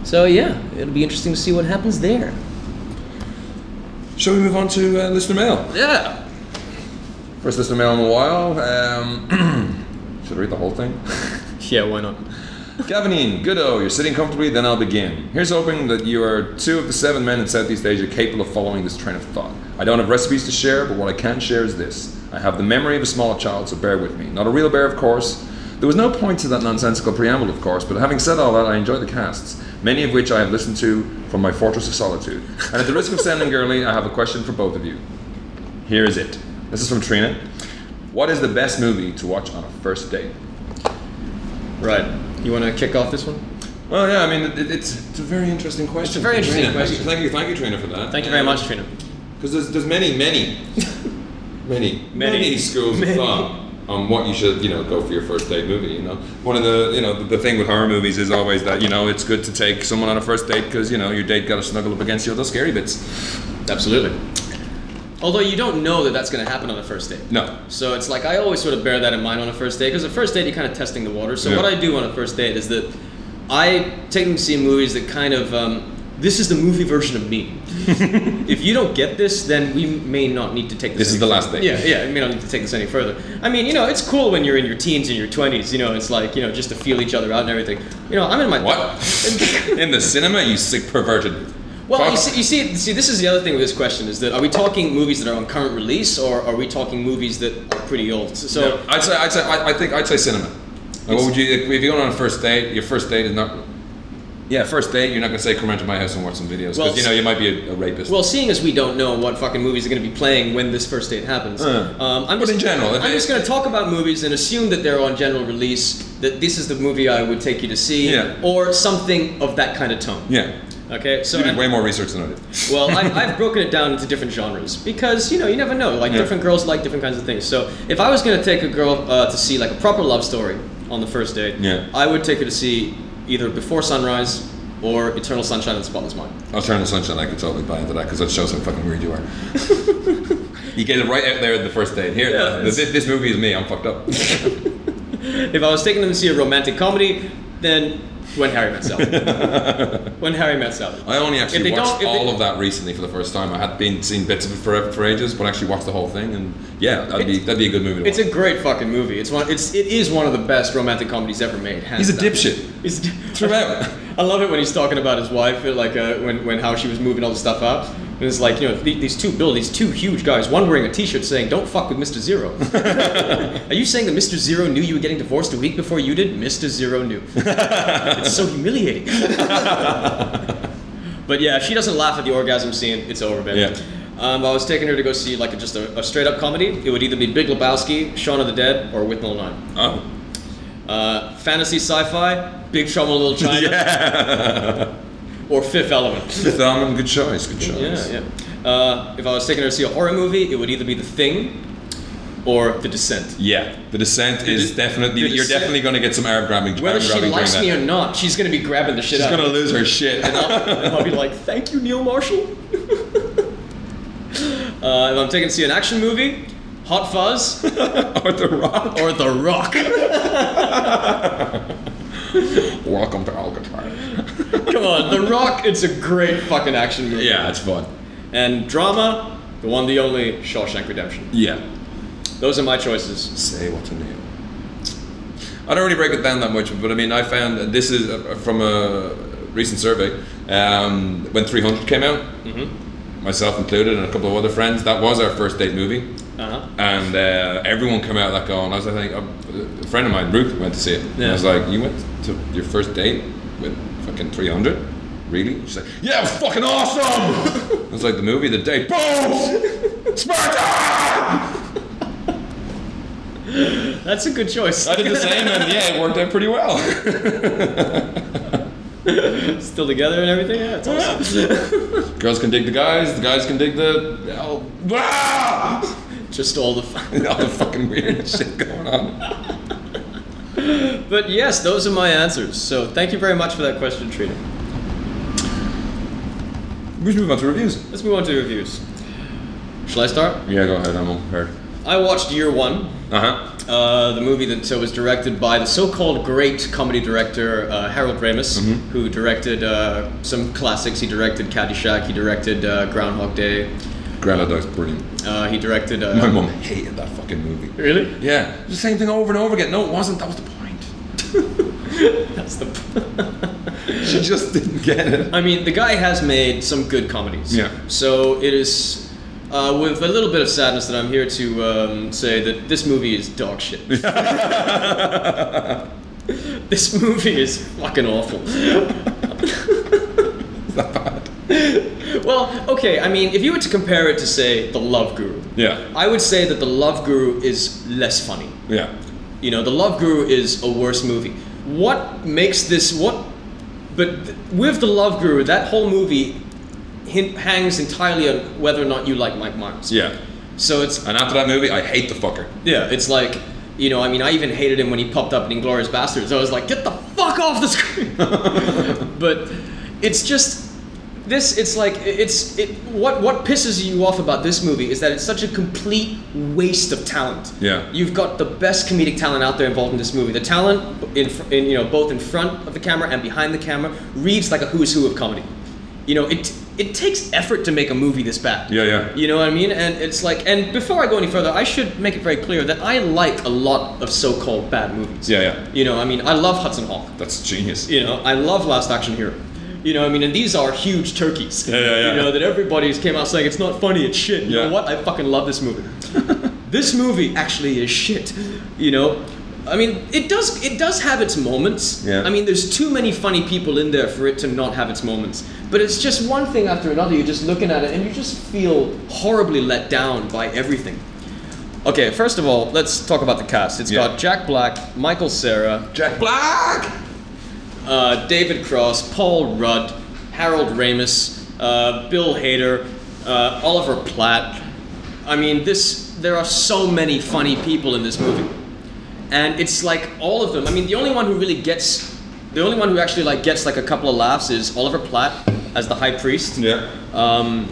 Speaker 1: So yeah, it'll be interesting to see what happens there.
Speaker 2: Shall we move on to uh, listener mail?
Speaker 1: Yeah.
Speaker 2: First listener mail in a while. Um, should I read the whole thing?
Speaker 1: Yeah, why not?
Speaker 2: Gavanine, goodo, you're sitting comfortably, then I'll begin. Here's hoping that you are two of the seven men in Southeast Asia capable of following this train of thought. I don't have recipes to share, but what I can share is this. I have the memory of a small child, so bear with me. Not a real bear, of course. There was no point to that nonsensical preamble, of course, but having said all that, I enjoy the casts, many of which I have listened to from my fortress of solitude. And at the risk of sounding girly, I have a question for both of you. Here is it. This is from Trina. What is the best movie to watch on a first date?
Speaker 1: Right. You want to kick off this one?
Speaker 2: Well, yeah, I mean, it, it's, it's a very interesting question.
Speaker 1: It's a very interesting
Speaker 2: Trina.
Speaker 1: question.
Speaker 2: Thank you, thank you, Trina, for that.
Speaker 1: Thank you very much, Trina.
Speaker 2: Because there's, there's many, many, many, many, schools of thought on what you should, you know, go for your first date movie. You know, one of the, you know, the, the thing with horror movies is always that you know it's good to take someone on a first date because you know your date got to snuggle up against you other scary bits.
Speaker 1: Absolutely. Although you don't know that that's going to happen on the first date.
Speaker 2: No,
Speaker 1: So it's like I always sort of bear that in mind on a first date because a first date you're kind of testing the water. So
Speaker 2: Yeah.
Speaker 1: what I do on a first date is that I take them to see movies that kind of um, this is the movie version of me. if you don't get this, then we may not need to take this.
Speaker 2: This is
Speaker 1: any
Speaker 2: the
Speaker 1: fur-
Speaker 2: last date.
Speaker 1: Yeah, yeah. We may not need to take this any further. I mean, you know, it's cool when you're in your teens and your twenties. You know, it's like you know just to feel each other out and everything. You know, I'm in my
Speaker 2: what? In the cinema, you sick perverted.
Speaker 1: Well, you
Speaker 2: fuck.
Speaker 1: see, you see, see, this is the other thing with this question is that are we talking movies that are on current release or are we talking movies that are pretty old? So
Speaker 2: I'd say, I'd say, I, I think, I'd say cinema. Like, what would you, if you're going on a first date, your first date is not. Yeah, first date, you're not going to say, come around to my house and watch some videos. Because,
Speaker 1: Well,
Speaker 2: you know, you might be a, a rapist.
Speaker 1: Well, seeing as we don't know what fucking movies are going to be playing when this first date happens,
Speaker 2: Uh.
Speaker 1: um, I'm
Speaker 2: But
Speaker 1: just,
Speaker 2: in general, if
Speaker 1: I'm
Speaker 2: it-
Speaker 1: just going to talk about movies and assume that they're on general release. That this is the movie I would take you to see,
Speaker 2: Yeah.
Speaker 1: or something of that kind of tone.
Speaker 2: yeah.
Speaker 1: Okay, so
Speaker 2: You did
Speaker 1: I-
Speaker 2: way more research than I did.
Speaker 1: well, I, I've broken it down into different genres because you know you never know. Like
Speaker 2: Yeah.
Speaker 1: different girls like different kinds of things. So if I was going to take a girl uh, to see like a proper love story on the first date,
Speaker 2: Yeah.
Speaker 1: I would take her to see either Before Sunrise or Eternal Sunshine of the Spotless Mind.
Speaker 2: I'll turn the sunshine. I could totally buy into that because that shows how fucking weird you are. you get it right out there at the first date. Here,
Speaker 1: Yeah,
Speaker 2: this, this movie is me. I'm fucked up.
Speaker 1: If I was taking them to see a romantic comedy, then When Harry Met Sally. when Harry Met Sally.
Speaker 2: I only
Speaker 1: If
Speaker 2: actually
Speaker 1: they don't-
Speaker 2: watched
Speaker 1: if they-
Speaker 2: all of that recently for the first time. I had been seen bits of it for, for ages, but I actually watched the whole thing. And yeah, that'd be that'd be a good movie. To
Speaker 1: It's
Speaker 2: watch.
Speaker 1: a great fucking movie. It's one. It's it is one of the best romantic comedies ever made. hands
Speaker 2: He's a
Speaker 1: down.
Speaker 2: dipshit
Speaker 1: He's a dip-
Speaker 2: throughout.
Speaker 1: I love it when he's talking about his wife, uh, like uh, when, when how she was moving all the stuff out. And it's like, you know, the- these two Bill, these two huge guys, one wearing a t shirt saying, Don't fuck with Mr. Zero. Are you saying that Mr. Zero knew you were getting divorced a week before you did? Mr. Zero knew. it's so humiliating. but yeah, if she doesn't laugh at the orgasm scene, it's over, baby.
Speaker 2: Yeah.
Speaker 1: Um, I was taking her to go see like just a, a straight up comedy. It would either be Big Lebowski, Shaun of the Dead, or With No Line.
Speaker 2: oh.
Speaker 1: Uh, fantasy sci-fi, Big Trouble in Little China, or Fifth Element.
Speaker 2: Fifth Element, good choice, good choice.
Speaker 1: yeah, yeah. Uh, if I was taking her to see a horror movie, it would either be The Thing or The Descent.
Speaker 2: Yeah, The Descent is
Speaker 1: De-
Speaker 2: definitely,
Speaker 1: The
Speaker 2: you're
Speaker 1: Descent-
Speaker 2: definitely going to get some Arab grabbing.
Speaker 1: Whether
Speaker 2: Arab
Speaker 1: she
Speaker 2: grabbing
Speaker 1: likes
Speaker 2: during
Speaker 1: me
Speaker 2: that.
Speaker 1: or not, she's gonna be grabbing the shit out.
Speaker 2: She's going to
Speaker 1: of me.
Speaker 2: lose her shit. And I'll-
Speaker 1: I'll be like, "Thank you, Neil Marshall." uh, if I'm taking her to see an action movie, Hot Fuzz
Speaker 2: or The Rock.
Speaker 1: or The Rock.
Speaker 2: Welcome to Alcatraz.
Speaker 1: Come on, The Rock. It's a great fucking action movie.
Speaker 2: Yeah, it's fun.
Speaker 1: And drama, the one, the only Shawshank Redemption.
Speaker 2: Yeah.
Speaker 1: Those are my choices.
Speaker 2: Say what her name. I don't really break it down that much, but I mean, I found and this is uh, from a recent survey. Um, when 300 came out,
Speaker 1: Mm-hmm.
Speaker 2: myself included, and a couple of other friends, that was our first date movie.
Speaker 1: Uh huh.
Speaker 2: and uh, everyone came out of that going. I was, I think, um, a, a friend of mine, Ruth, went to see it. And I was
Speaker 1: Yeah.
Speaker 2: like, "You went to your first date with fucking 300? Really?" She's like, "Yeah, it was fucking awesome." I was like, "The movie, the date, boom, Sparta!"
Speaker 1: That's a good choice.
Speaker 2: I did the same, and yeah, it worked out pretty well.
Speaker 1: Still together and everything. Yeah, it's awesome.
Speaker 2: Girls can dig the guys, the guys can dig the. Oh, ah!
Speaker 1: Just all the fun.
Speaker 2: All the fucking weird shit going on.
Speaker 1: But yes, those are my answers. So thank you very much for that question, Trina.
Speaker 2: We should move on to reviews.
Speaker 1: Let's move on to reviews. Shall I start?
Speaker 2: Yeah, go ahead. I'm all heard.
Speaker 1: I watched Year One,
Speaker 2: Uh huh.
Speaker 1: uh, the movie that uh, was directed by the so-called great comedy director uh, Harold Ramis, who directed uh, some classics. He directed Caddyshack. He directed uh, Groundhog Day.
Speaker 2: Granada's brilliant.
Speaker 1: Uh, he directed. Uh,
Speaker 2: My mum hated that fucking movie.
Speaker 1: Really?
Speaker 2: Yeah, the same thing over and over again. No, it wasn't. That was the point.
Speaker 1: That's the.
Speaker 2: She just didn't get it.
Speaker 1: I mean, the guy has made some good comedies.
Speaker 2: Yeah.
Speaker 1: So it is uh, with a little bit of sadness that I'm here to um, say that this movie is dog shit. this movie is fucking awful. well, okay, I mean, if you were to compare it to, say, The Love Guru,
Speaker 2: Yeah,
Speaker 1: I would say that The Love Guru is less funny.
Speaker 2: yeah.
Speaker 1: You know, The Love Guru is a worse movie. What makes this what? But th- with The Love Guru, that whole movie hin- hangs entirely on whether or not you like Mike Myers.
Speaker 2: Yeah.
Speaker 1: So it's
Speaker 2: And after that movie, I hate the fucker.
Speaker 1: yeah, it's like you know, I mean, I even hated him when he popped up in Inglorious Bastards. I was like, get the fuck off the screen. but it's just this. It's like it's it. What what pisses you off about this movie is that it's such a complete waste of talent.
Speaker 2: Yeah.
Speaker 1: You've got the best comedic talent out there involved in this movie. The talent in, fr- in you know both in front of the camera and behind the camera reads like a who's who of comedy. You know, it it takes effort to make a movie this bad.
Speaker 2: Yeah, yeah.
Speaker 1: You know what I mean? And it's like and before I go any further, I should make it very clear that I like a lot of so-called bad movies.
Speaker 2: Yeah, yeah.
Speaker 1: You know, I mean, I love Hudson Hawk.
Speaker 2: That's genius.
Speaker 1: You know, I love Last Action Hero. You know, I mean, and these are huge turkeys.
Speaker 2: Yeah, yeah, yeah.
Speaker 1: You know, that everybody's came out saying it's not funny, it's shit. You
Speaker 2: Yeah.
Speaker 1: know what? I fucking love this movie. this movie actually is shit. You know, I mean, it does it does have its moments.
Speaker 2: Yeah.
Speaker 1: I mean, there's too many funny people in there for it to not have its moments. But it's just one thing after another. You're just looking at it and you just feel horribly let down by everything. Okay, first of all, let's talk about the cast. It's
Speaker 2: Yeah.
Speaker 1: got Jack Black, Michael Sarah,
Speaker 2: Jack Black!
Speaker 1: uh, David Cross, Paul Rudd, Harold Ramis, uh, Bill Hader, uh, Oliver Platt. I mean, this there are so many funny people in this movie, and it's like all of them. I mean, the only one who really gets, the only one who actually like gets like a couple of laughs is Oliver Platt as the High Priest,
Speaker 2: Yeah.
Speaker 1: um,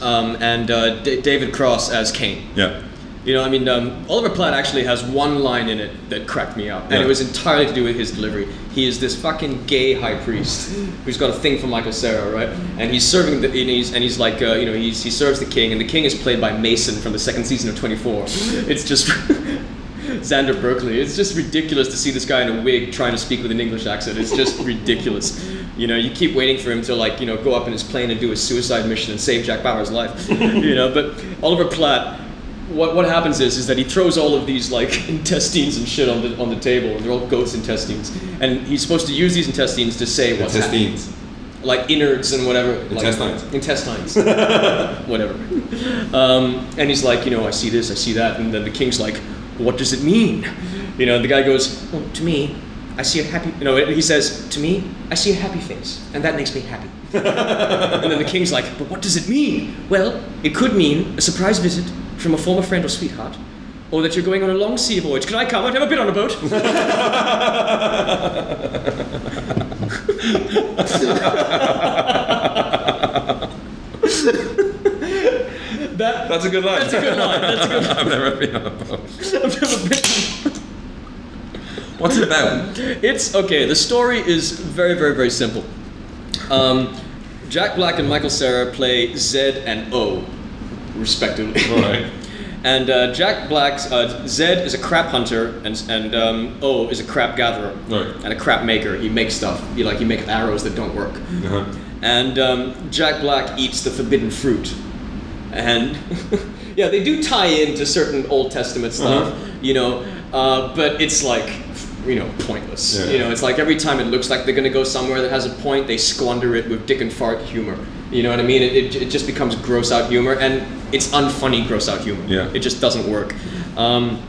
Speaker 1: um, and uh, D- David Cross as Kane.
Speaker 2: Yeah.
Speaker 1: You know, I mean, um, Oliver Platt actually has one line in it that cracked me up, and
Speaker 2: Yeah.
Speaker 1: it was entirely to do with his delivery. He is this fucking gay high priest who's got a thing for Michael Cera, right? And he's serving the, and he's, and he's like, uh, you know, he's, he serves the king, and the king is played by Mason from the second season of 24. It's just Xander Berkeley. It's just ridiculous to see this guy in a wig trying to speak with an English accent. It's just ridiculous. You know, you keep waiting for him to like, you know, go up in his plane and do a suicide mission and save Jack Bauer's life. you know, but Oliver Platt what what happens is is that he throws all of these like intestines and shit on the on the table, and they're all goat's intestines, and he's supposed to use these intestines to say what's happening. like innards and whatever, like-
Speaker 2: Intestines.
Speaker 1: intestines, whatever. Um, and he's like, you know, I see this, I see that, and then the king's like, what does it mean? You know, the guy goes, well, to me, I see a happy. You know, he says to me, I see a happy face, and that makes me happy. And then the king's like, but what does it mean? Well, it could mean a surprise visit from a former friend or sweetheart, or that you're going on a long sea voyage. Can I come? I've never been on a boat. that,
Speaker 2: That's a good line.
Speaker 1: that's a good line. That's a good
Speaker 2: I've never been on a boat.
Speaker 1: I've never been.
Speaker 2: What's it about?
Speaker 1: It's okay. The story is very, very, very simple. Um, Jack Black and Michael Sarah play Z and O, respectively.
Speaker 2: Alright.
Speaker 1: And uh, Jack Black's uh, Zed is a crap hunter, and and um, O is a crap gatherer,
Speaker 2: Right.
Speaker 1: and a crap maker. He makes stuff. He like he makes arrows that don't work.
Speaker 2: Uh-huh.
Speaker 1: And um, Jack Black eats the forbidden fruit, and yeah, they do tie into certain Old Testament stuff,
Speaker 2: Uh-huh.
Speaker 1: you know. Uh, but it's like you know pointless.
Speaker 2: Yeah.
Speaker 1: You know, it's like every time it looks like they're gonna go somewhere that has a point, they squander it with dick and fart humor. You know what I mean? It, it, it just becomes gross out humor, and it's unfunny gross out humor.
Speaker 2: Yeah.
Speaker 1: It just doesn't work. Um,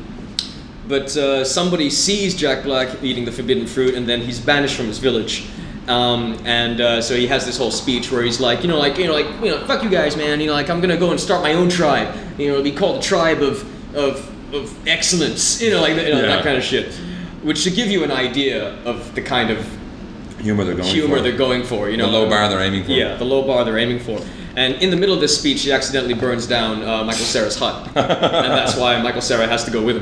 Speaker 1: but uh, somebody sees Jack Black eating the forbidden fruit, and then he's banished from his village. Um, and uh, so he has this whole speech where he's like, you know, like, you know, like, you know, fuck you guys, man. You know, like, I'm gonna go and start my own tribe. You know, it'll be called the tribe of of, of excellence. You know, like that- you know,
Speaker 2: Yeah.
Speaker 1: that kind of shit. Which should give you an idea of the kind of
Speaker 2: Humor they're going
Speaker 1: humor
Speaker 2: for.
Speaker 1: they're going for. You know,
Speaker 2: The low bar they're aiming for.
Speaker 1: Yeah, the low bar they're aiming for. And in the middle of this speech, he accidentally burns down uh, Michael Sarah's hut, and that's why Michael Sarah has to go with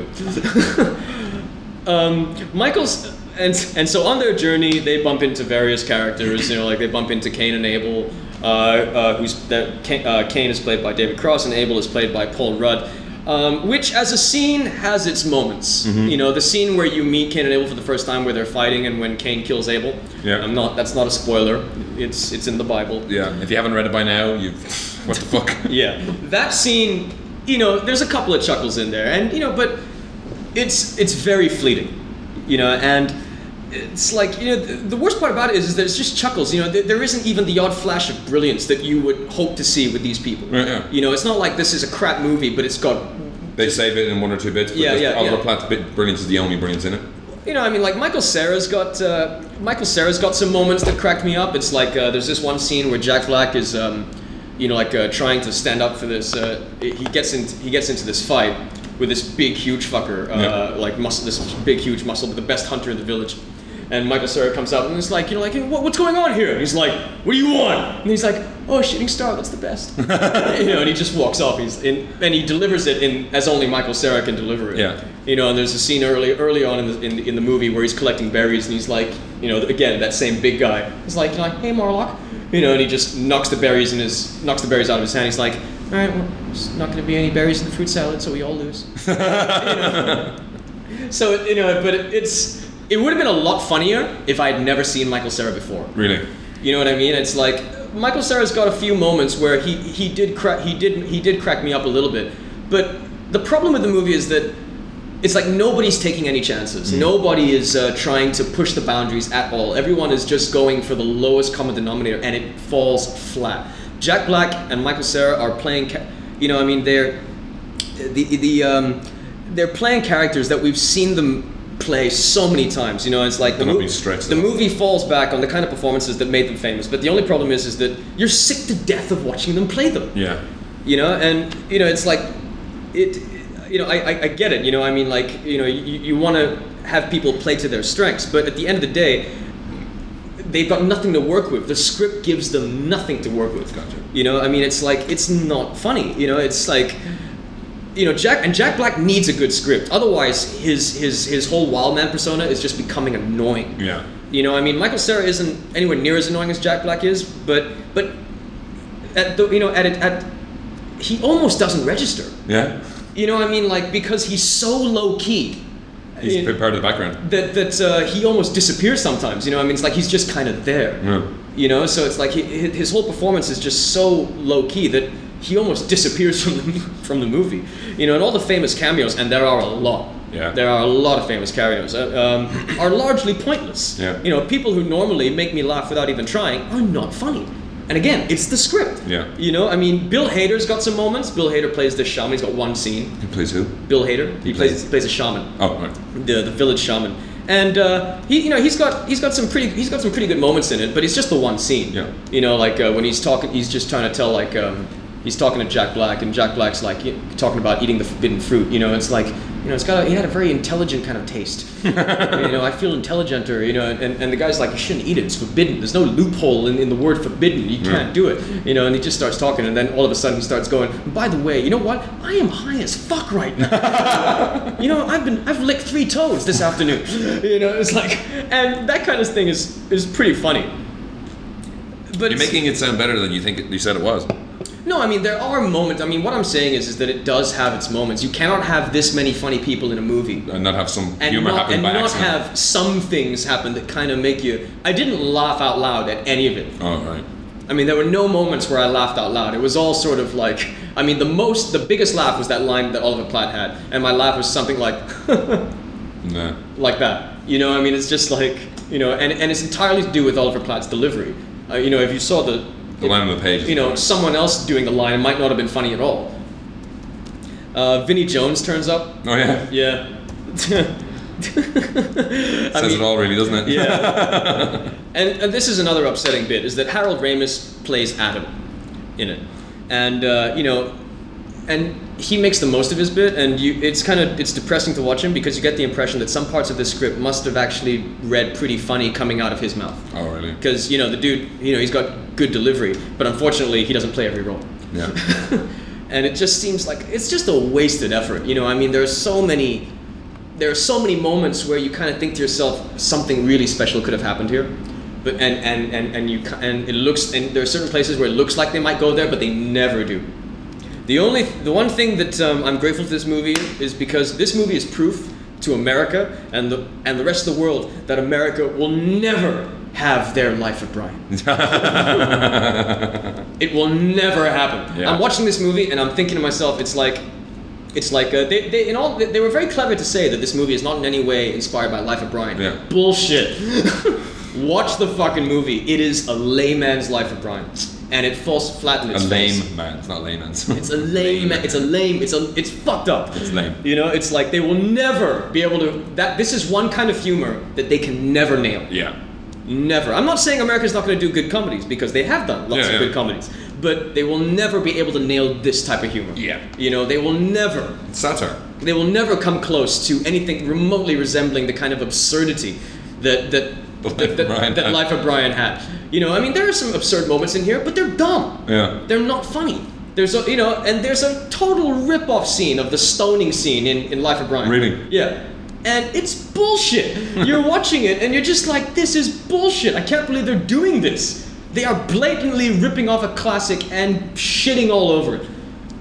Speaker 1: him. um, Michael's and and so on their journey, they bump into various characters. You know, like they bump into Cain and Abel, uh, uh, who's that Cain, uh, Cain is played by David Cross, and Abel is played by Paul Rudd. Um, which, as a scene, has its moments.
Speaker 2: Mm-hmm.
Speaker 1: You know, the scene where you meet Cain and Abel for the first time, where they're fighting, and when Cain kills Abel.
Speaker 2: Yeah.
Speaker 1: I'm not. That's not a spoiler. It's it's in the Bible.
Speaker 2: Yeah. If you haven't read it by now, you've. What the fuck?
Speaker 1: Yeah. That scene, you know, there's a couple of chuckles in there, and you know, but it's it's very fleeting, you know, and it's like you know the, the worst part about it is, is that it's just chuckles. You know, there, there isn't even the odd flash of brilliance that you would hope to see with these people.
Speaker 2: Right, yeah.
Speaker 1: You know, it's not like this is a crap movie, but it's got
Speaker 2: They save it in one or two bits, but
Speaker 1: Yeah,
Speaker 2: yeah,
Speaker 1: yeah,
Speaker 2: Oliver
Speaker 1: yeah.
Speaker 2: Platt's bit brilliance is the only brilliance in it.
Speaker 1: You know, I mean, like Michael Sarah's got uh, Michael Sarah's got some moments that cracked me up. It's like uh, there's this one scene where Jack Black is, um, you know, like uh, trying to stand up for this. Uh, he gets in, he gets into this fight with this big, huge fucker, uh,
Speaker 2: Yeah.
Speaker 1: like muscle, this big, huge muscle, but the best hunter in the village. And Michael Sarah comes up and it's like, you know, like, "Hey, what, what's going on here? And he's like, what do you want? And he's like, oh, shooting star, that's the best. you know, and he just walks off. He's in, and he delivers it in as only Michael Sarah can deliver it.
Speaker 2: Yeah.
Speaker 1: You know, and there's a scene early early on in the, in, the- in the movie where he's collecting berries and he's like, you know, again that same big guy. He's like, like, hey Morlock, you know, and he just knocks the berries in his knocks the berries out of his hand. He's like, all right, well, there's not going to be any berries in the fruit salad, so we all lose. You know? So you know, but it's it would have been a lot funnier if I had never seen Michael Sarah before.
Speaker 2: Really?
Speaker 1: You know what I mean? It's like Michael Sarah's got a few moments where he he did crack he did he did crack me up a little bit, but the problem with the movie is that it's like nobody's taking any
Speaker 2: Mm.
Speaker 1: chances. Nobody is uh, trying to push the boundaries at all. Everyone is just going for the lowest common denominator, and it falls flat. Jack Black and Michael Sarah are playing, ca- you know, I mean, they're the the um, they're playing characters that we've seen them play so many times. You know, it's like the,
Speaker 2: They're not
Speaker 1: mov-
Speaker 2: being stretched
Speaker 1: the
Speaker 2: out.
Speaker 1: movie falls back on the kind of performances that made them famous. But the only problem is, is that you're sick to death of watching them play them.
Speaker 2: Yeah.
Speaker 1: You know, and you know, it's like it. You know, I, I, I get it. You know, I mean, like you know, you, you want to have people play to their strengths, but at the end of the day, they've got nothing to work with. The script gives them nothing to work with.
Speaker 2: Gotcha.
Speaker 1: You know, I mean, it's like it's not funny. You know, it's like, you know, Jack and Jack Black needs a good script. Otherwise, his his his whole wild man persona is just becoming annoying.
Speaker 2: Yeah.
Speaker 1: You know, I mean, Michael Sarah isn't anywhere near as annoying as Jack Black is, but but at the you know at it at he almost doesn't register.
Speaker 2: Yeah.
Speaker 1: You know, I mean, like because he's so low key.
Speaker 2: He's a big part of the background.
Speaker 1: that that uh, he almost disappears sometimes. You know, I mean, it's like he's just kind of there.
Speaker 2: Yeah.
Speaker 1: You know, so it's like he, hi- his whole performance is just so low key that he almost disappears from the from the movie. You know, and all the famous cameos, and there are a lot.
Speaker 2: Yeah.
Speaker 1: There are a lot of famous cameos. Uh, um, are largely pointless.
Speaker 2: Yeah.
Speaker 1: You know, people who normally make me laugh without even trying are not funny. And again, it's the script.
Speaker 2: Yeah.
Speaker 1: You know, I mean, Bill Hader's got some moments. Bill Hader plays the shaman. He's got one scene.
Speaker 2: He plays who?
Speaker 1: Bill Hader. He,
Speaker 2: He
Speaker 1: plays
Speaker 2: plays-
Speaker 1: he plays a shaman
Speaker 2: Oh, right.
Speaker 1: the the village shaman, and uh, he you know he's got he's got some pretty he's got some pretty good moments in it, but it's just the one scene.
Speaker 2: Yeah.
Speaker 1: You know, like uh, when he's talking, he's just trying to tell like um, he's talking to Jack Black, and Jack Black's like y- talking about eating the forbidden fruit. You know, it's like you know, it's got a, he had a very intelligent kind of taste. you know, I feel intelligenter. You know, and, and the guy's like, you shouldn't eat it. It's forbidden. There's no loophole in, in the word forbidden. You can't do it. You know, and he just starts talking, and then all of a sudden he starts going. By the way, you know what? I am high as fuck right now. you know, I've been I've licked three toads this afternoon. you know, it's like, and that kind of thing is is pretty funny. But
Speaker 2: You're
Speaker 1: it's-
Speaker 2: making it sound better than you think it, you said it was.
Speaker 1: no, I mean there are moments. I mean what I'm saying is is that it does have its moments. You cannot have this many funny people in a movie
Speaker 2: And not have some
Speaker 1: and
Speaker 2: humor
Speaker 1: not,
Speaker 2: happen
Speaker 1: and
Speaker 2: by
Speaker 1: not
Speaker 2: accident.
Speaker 1: have some things happen that kind of make you. I didn't laugh out loud at any of it.
Speaker 2: oh, right.
Speaker 1: I mean there were no moments where I laughed out loud. It was all sort of like I mean the most the biggest laugh was that line that Oliver Platt had, and my laugh was something like
Speaker 2: No.
Speaker 1: like that. You know, I mean it's just like you know, and and it's entirely to do with Oliver Platt's delivery. Uh, you know, if you saw the
Speaker 2: The line on the page. is-
Speaker 1: you know, someone else doing the line might not have been funny at all. Uh, Vinnie Jones turns up.
Speaker 2: Oh, yeah.
Speaker 1: Yeah. I
Speaker 2: Says
Speaker 1: mean,
Speaker 2: it all, really, doesn't it?
Speaker 1: Yeah. and, and this is another upsetting bit is that Harold Ramis plays Adam in it, and uh, you know, and he makes the most of his bit, and you, it's kind of it's depressing to watch him because you get the impression that some parts of this script must have actually read pretty funny coming out of his mouth
Speaker 2: Oh, really?
Speaker 1: because you know the dude you know he's got good delivery but unfortunately he doesn't play every role
Speaker 2: Yeah.
Speaker 1: and it just seems like it's just a wasted effort you know i mean there are so many there are so many moments where you kind of think to yourself something really special could have happened here but and and and, and you ki- and it looks and there are certain places where it looks like they might go there but they never do the only the one thing that um, i'm grateful to this movie is because this movie is proof to america and the and the rest of the world that america will never have their life of brian it will never happen.
Speaker 2: Yeah.
Speaker 1: I'm watching this movie and I'm thinking to myself, it's like, it's like uh, they, they in all they, they were very clever to say that this movie is not in any way inspired by Life of Brian.
Speaker 2: Yeah.
Speaker 1: Bullshit. Watch the fucking movie. It is a layman's Life of Brian, and it falls flat in
Speaker 2: a
Speaker 1: its face.
Speaker 2: lame man. It's not lame It's
Speaker 1: It's a lame. It's a lame. It's a. It's fucked up.
Speaker 2: It's lame.
Speaker 1: You know, it's like they will never be able to. That this is one kind of humor that they can never nail.
Speaker 2: Yeah.
Speaker 1: Never. I'm not saying America's not going to do good comedies because they have done lots
Speaker 2: Yeah,
Speaker 1: of
Speaker 2: yeah.
Speaker 1: good comedies, but they will never be able to nail this type of humor.
Speaker 2: Yeah.
Speaker 1: You know, they will never,
Speaker 2: It's satire.
Speaker 1: they will never come close to anything remotely resembling the kind of absurdity that that
Speaker 2: The Life
Speaker 1: that,
Speaker 2: of
Speaker 1: that,
Speaker 2: Brian
Speaker 1: that
Speaker 2: had.
Speaker 1: Life of Brian had. You know, I mean, there are some absurd moments in here, but they're dumb.
Speaker 2: Yeah.
Speaker 1: They're not funny. There's a you know, and there's a total rip-off scene of the stoning scene in, in Life of Brian.
Speaker 2: Really?
Speaker 1: Yeah. And it's bullshit. You're watching it and you're just like, this is bullshit. I can't believe they're doing this. They are blatantly ripping off a classic and shitting all over it.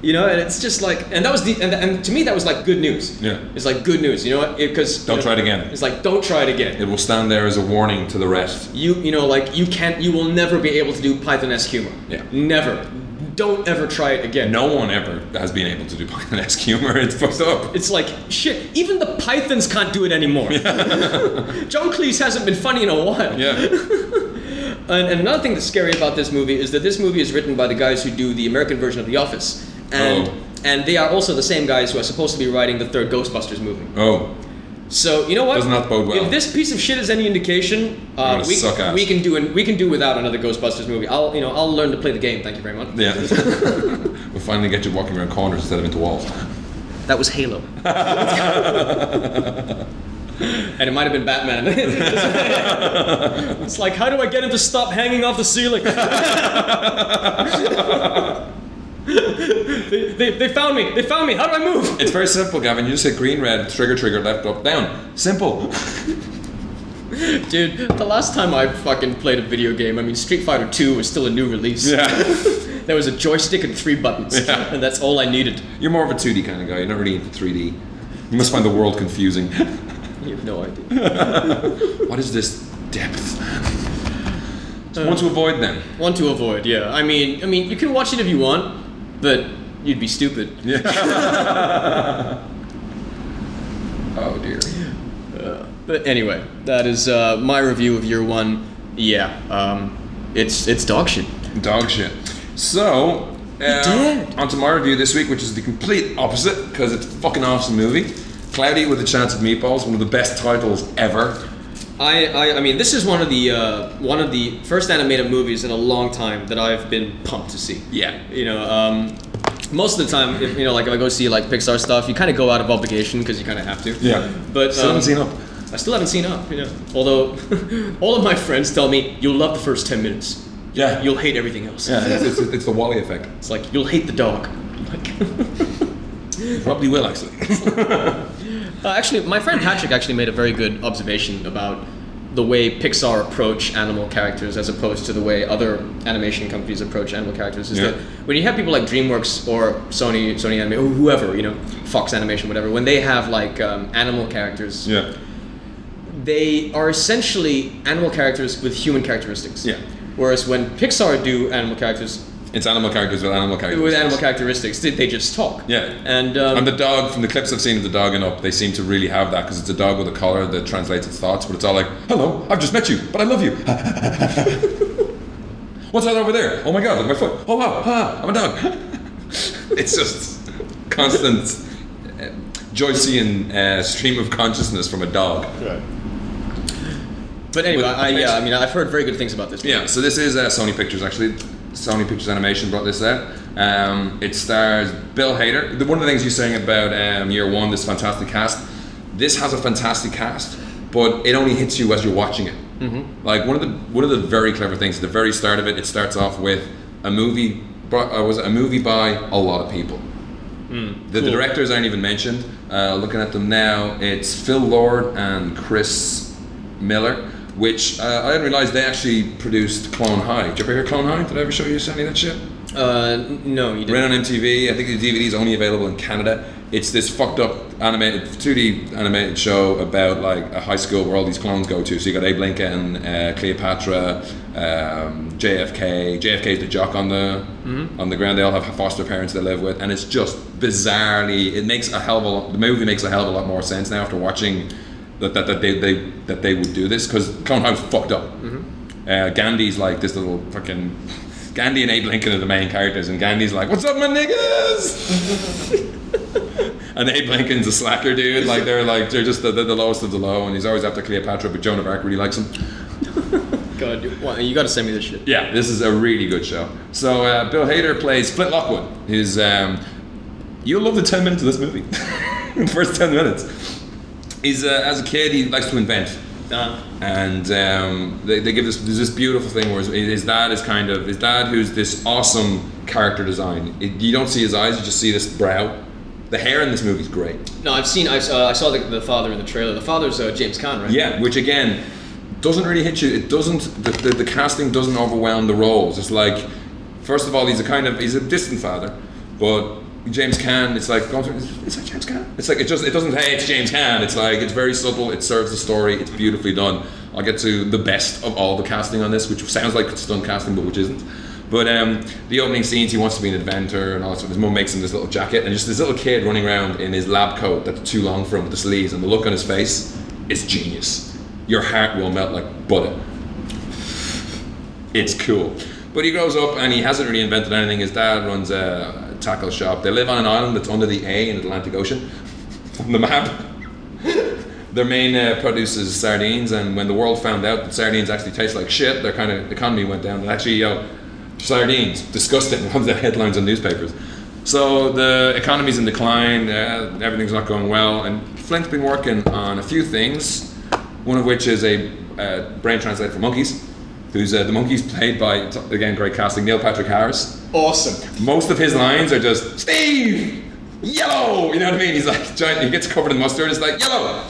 Speaker 1: You know, and it's just like, and that was the, and, and to me that was like good news.
Speaker 2: Yeah.
Speaker 1: It's like good news, you know what? Because
Speaker 2: Don't try it again.
Speaker 1: It's like don't try it again.
Speaker 2: It will stand there as a warning to the rest.
Speaker 1: You you know like you can't you will never be able to do Python-esque humor.
Speaker 2: Yeah.
Speaker 1: Never. Don't ever try it again.
Speaker 2: No one ever has been able to do Python-esque humor. It's fucked up.
Speaker 1: It's like shit. Even the Pythons can't do it anymore. John Cleese hasn't been funny in a while.
Speaker 2: Yeah.
Speaker 1: And, and another thing that's scary about this movie is that this movie is written by the guys who do the American version of The Office, and
Speaker 2: Oh.
Speaker 1: and they are also the same guys who are supposed to be writing the third Ghostbusters movie.
Speaker 2: Oh,
Speaker 1: So you know what?
Speaker 2: Does not bode well.
Speaker 1: If this piece of shit is any indication, uh,
Speaker 2: gonna
Speaker 1: we,
Speaker 2: suck ass.
Speaker 1: we can do an, we can do without another Ghostbusters movie. I'll you know I'll learn to play the game. Thank you very much.
Speaker 2: yeah. we'll finally get you walking around corners instead of into walls.
Speaker 1: That was Halo. and it might have been Batman. it's like, how do I get him to stop hanging off the ceiling? they, they, they found me. They found me. How do I move?
Speaker 2: It's very simple, Gavin. You just hit green, red, trigger, trigger, left, up, down. Simple.
Speaker 1: Dude, the last time I fucking played a video game, I mean, Street Fighter 2 was still a new release. there was a joystick and three buttons,
Speaker 2: Yeah.
Speaker 1: and that's all I needed.
Speaker 2: You're more of a 2D kind of guy. You're not really into 3D. You must find the world confusing.
Speaker 1: You have no idea.
Speaker 2: what is this depth? So want to avoid them.
Speaker 1: One to avoid, yeah. I mean, I mean, you can watch it if you want, but you'd be stupid.
Speaker 2: Oh dear.
Speaker 1: Uh, But anyway, that is uh, my review of year one. Yeah, um, it's it's dog shit.
Speaker 2: Dog shit. So, uh,
Speaker 1: did.
Speaker 2: onto my review this week, which is the complete opposite because it's a fucking awesome movie. Cloudy with a Chance of Meatballs, one of the best titles ever.
Speaker 1: I, I, I mean, this is one of the uh, one of the first animated movies in a long time that I've been pumped to see.
Speaker 2: Yeah.
Speaker 1: You know, um, most of the time, if, you know, like if I go see like Pixar stuff, you kind of go out of obligation because you kind of have to.
Speaker 2: Yeah.
Speaker 1: But um,
Speaker 2: Still haven't seen up.
Speaker 1: I still haven't seen Up. You know, although all of my friends tell me you'll love the first ten minutes,
Speaker 2: Yeah.
Speaker 1: you'll hate everything else.
Speaker 2: yeah. It's, it's, it's the Wally effect.
Speaker 1: It's like you'll hate the dog. Like.
Speaker 2: You probably will actually.
Speaker 1: Uh, actually, my friend Patrick actually made a very good observation about the way Pixar approach animal characters as opposed to the way other animation companies approach animal characters. Is
Speaker 2: Yeah.
Speaker 1: that when you have people like DreamWorks or Sony, Sony Anime, or whoever, you know, Fox Animation, whatever, when they have like um, animal characters,
Speaker 2: yeah.
Speaker 1: they are essentially animal characters with human characteristics.
Speaker 2: Yeah.
Speaker 1: Whereas when Pixar do animal characters
Speaker 2: It's animal characters with animal characters.
Speaker 1: with animal characteristics, they, they just talk.
Speaker 2: Yeah.
Speaker 1: And, um,
Speaker 2: And the dog, from the clips I've seen of the dog and up, they seem to really have that because it's a dog with a collar that translates its thoughts, but it's all like, hello, I've just met you, but I love you. What's that over there? Oh my god, look at my foot. Oh wow, ah, I'm a dog. it's just constant uh, Joycean uh, stream of consciousness from a dog.
Speaker 1: but anyway,
Speaker 2: with
Speaker 1: I, yeah, I
Speaker 2: affection.
Speaker 1: mean, I've heard very good things about this.
Speaker 2: Yeah, so this is uh, Sony Pictures actually. Sony Pictures Animation brought this out. Um, it stars Bill Hader. The- One of the things you're saying about um, Year One, this fantastic cast. This has a fantastic cast, but it only hits you as you're watching it. Mm-hmm. Like one of the one of the very clever things at the very start of it, it starts off with a movie. bro- Uh, was it a movie by a lot of people? The, the
Speaker 1: Cool.
Speaker 2: directors aren't even mentioned. Uh, looking at them now, it's Phil Lord and Chris Miller, which uh, I didn't realize they actually produced Clone High. Did you ever hear Clone High? Did I ever show you any of that shit?
Speaker 1: Uh, n- no, you didn't.
Speaker 2: Ran on MTV. I think the DVD is only available in Canada. It's this fucked up animated 2D animated show about like a high school where all these clones go to. So you got Abe Lincoln, uh, Cleopatra, um, JFK. JFK is the jock on the on the ground. They all have foster parents they live with, and it's just bizarrely. It makes a hell of a lot, the movie makes a hell of a lot more sense now after watching that that, that they, they that they would do this because Clone High was fucked up. Uh, Gandhi's like this little fucking. Gandhi and Abe Lincoln are the main characters, and Gandhi's like, "What's up, my niggas?" and Abe Lincoln's a slacker dude. Like they're like they're just the, they're the lowest of the low, and he's always after Cleopatra, but Joan of Arc really likes him.
Speaker 1: God, you, well, you gotta send me this shit.
Speaker 2: Yeah, this is a really good show. So uh, Bill Hader plays Flint Lockwood. His um, you'll love the ten minutes of this movie. First ten minutes. He's uh, as a kid he likes to invent.
Speaker 1: Uh,
Speaker 2: and um, they, they give this there's this beautiful thing where his, his dad is kind of his dad who's this awesome character design it, you don't see his eyes you just see this brow the hair in this movie is great
Speaker 1: no, I've seen. I saw, I saw the, the father in the trailer. The father's uh, James Caan, right?
Speaker 2: yeah which again doesn't really hit you it doesn't the, the, the casting doesn't overwhelm the roles it's like first of all he's a kind of he's a distant father but James Caan it's like going through, is, is that James Caan it's like it just it doesn't hey it's James Caan it's like it's very subtle it serves the story it's beautifully done I'll get to the best of all the casting on this which sounds like it's done casting but which isn't but um, the opening scenes, he wants to be an inventor and all that stuff. His mum makes him this little jacket, and just this little kid running around in his lab coat that's too long for him with the sleeves, and the look on his face is genius. Your heart will melt like butter. It's cool. But he grows up and he hasn't really invented anything. His dad runs a tackle shop. They live on an island that's under the A in Atlantic Ocean on the map. Their main uh, produce is sardines, and when the world found out that sardines actually taste like shit, their kind of economy went down. And actually, yo, sardines, disgusting, one of the headlines in newspapers. So the economy's in decline, uh, everything's not going well, and Flint's been working on a few things, one of which is a uh, brain translator for monkeys, who's uh, the monkeys played by, t- again, great casting, Neil Patrick Harris
Speaker 1: Awesome.
Speaker 2: most of his lines are just Steve, yellow. You know what I mean? He's like giant. He gets covered in mustard. It's like yellow.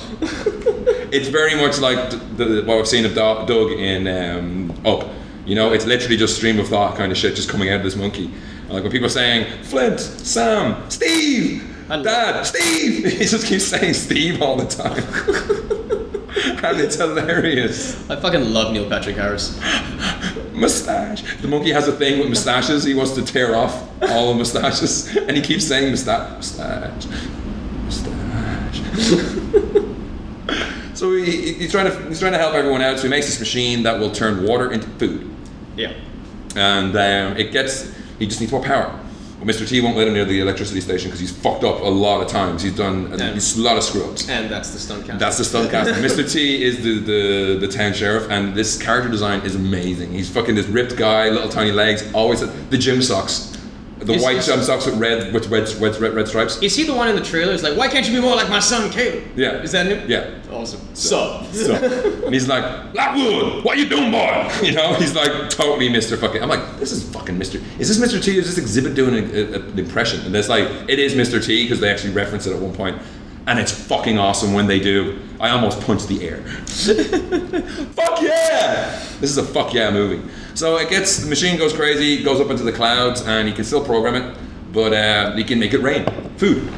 Speaker 2: it's very much like the, the, what I've seen of Doug Doug in um, Up. You know, it's literally just stream of thought kind of shit just coming out of this monkey. Like when people are saying Flint, Sam, Steve,
Speaker 1: I love-
Speaker 2: Dad, Steve, he just keeps saying Steve all the time, and it's hilarious
Speaker 1: I fucking love Neil Patrick Harris.
Speaker 2: mustache. The monkey has a thing with mustaches. He wants to tear off all the mustaches, and he keeps saying mustache, mustache, mustache. so he, he's trying to he's trying to help everyone out. So he makes this machine that will turn water into food
Speaker 1: Yeah.
Speaker 2: and um, it gets you just need more power Mr. T won't let him near the electricity station because he's fucked up a lot of times. He's done a,
Speaker 1: Yeah.
Speaker 2: he's a lot of screw ups.
Speaker 1: And that's the stunt cast.
Speaker 2: That's the stunt cast. Mr. T is the, the the town sheriff, and this character design is amazing. He's fucking this ripped guy, little tiny legs, always the gym socks, the
Speaker 1: Is-
Speaker 2: white gym socks with red with red red red, red stripes.
Speaker 1: Is he the one in the trailer? Is like, why can't you be more like my son, Caleb?
Speaker 2: Yeah.
Speaker 1: Is that him?
Speaker 2: Yeah.
Speaker 1: Awesome. So.
Speaker 2: So, and he's like, Lockwood, what you doing, boy? You know, he's like totally Mr. Fucking. I'm like, this is fucking Mr. Is this Mr. T? Is this exhibit doing a, a- an impression? And it's like, it is Mr. T because they actually reference it at one point, and it's fucking awesome when they do. I almost punched the air. fuck yeah! This is a fuck yeah movie. So it gets the machine goes crazy, goes up into the clouds, and he can still program it, but uh, he can make it rain. Food